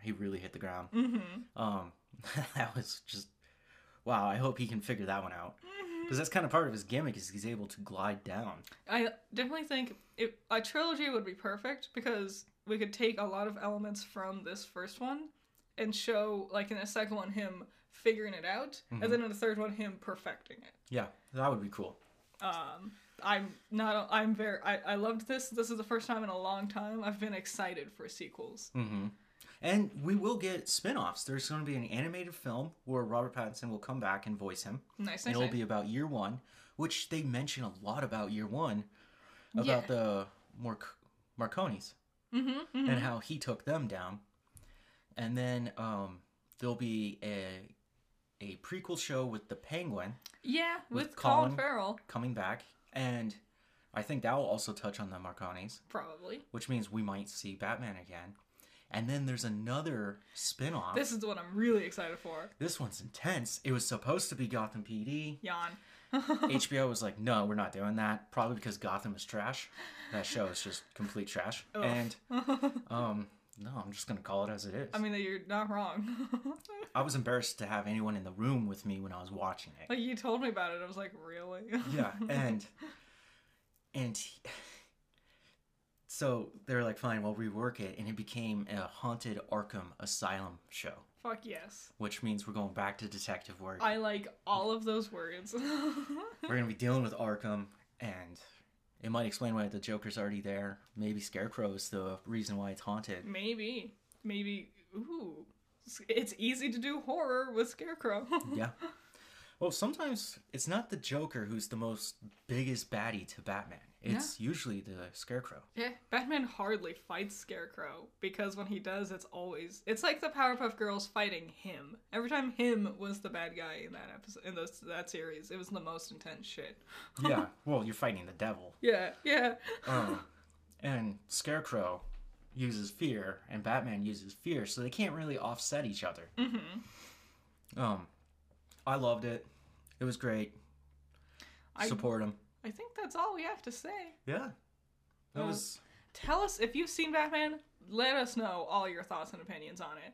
B: he really hit the ground.
A: Mm-hmm.
B: Um, that was just wow. I hope he can figure that one out
A: Mm-hmm.
B: because that's kind of part of his gimmick is he's able to glide down.
A: I definitely think if a trilogy would be perfect because we could take a lot of elements from this first one and show, like, in a second one, him figuring it out,
B: Mm-hmm.
A: and then in the third one, him perfecting it.
B: Yeah, that would be cool.
A: Um, I'm not. I'm very. I, I loved this. This is the first time in a long time I've been excited for sequels.
B: hmm And we will get spin-offs. There's going to be an animated film where Robert Pattinson will come back and voice him.
A: Nice,
B: And
A: nice.
B: it'll
A: nice.
B: be about year one, which they mention a lot about year one, about
A: Yeah.
B: the Marc- Marconis
A: Mm-hmm,
B: and how he took them down. And then um, there'll be a a prequel show with the Penguin
A: Yeah, with,
B: with
A: Colin
B: Colin.
A: Farrell,
B: coming back, and I think that will also touch on the Marconis,
A: probably.
B: which means we might see Batman again. And then there's another spin-off.
A: This is the one I'm really excited for.
B: This one's intense. It was supposed to be Gotham PD.
A: Yawn.
B: HBO was like, no, we're not doing that. Probably because Gotham is trash. That show is just complete trash. And um, no, I'm just gonna call it as it is.
A: I mean, you're not wrong.
B: I was embarrassed to have anyone in the room with me when I was watching it.
A: like you told me about it, I was like, really?
B: yeah, and and he- so they're like, fine, we'll rework it, and it became a haunted Arkham Asylum show,
A: Fuck yes.
B: which means we're going back to detective work.
A: I like all of those words.
B: We're gonna be dealing with Arkham, and it might explain why the Joker's already there. Maybe Scarecrow is the reason why it's haunted.
A: maybe, maybe. Ooh, it's easy to do horror with Scarecrow.
B: Yeah. Well, sometimes it's not the Joker who's the most biggest baddie to Batman. It's usually the Scarecrow.
A: yeah, Batman hardly fights Scarecrow because when he does, it's always it's like the Powerpuff Girls fighting him. Every time him was the bad guy in that episode in those that series, it was the most intense shit.
B: Yeah. well, you're fighting the devil.
A: Yeah, yeah.
B: Um, and Scarecrow uses fear, and Batman uses fear, so they can't really offset each other. Mm-hmm. Um, I loved it. It was great.
A: I-
B: Support him.
A: I think that's all we have to say.
B: Yeah. That
A: Uh,
B: was.
A: Tell us if you've seen Batman. Let us know all your thoughts and opinions on it.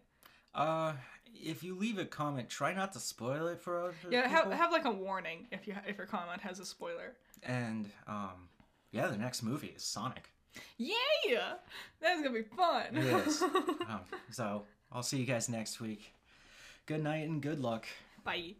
B: Uh, if you leave a comment, try not to spoil it for other
A: Yeah, have,
B: people.
A: have like a warning if you if your comment has a spoiler.
B: and um, yeah, the next movie is Sonic.
A: Yeah, that's gonna be fun.
B: It is. um, so I'll see you guys next week. Good night and good luck.
A: Bye.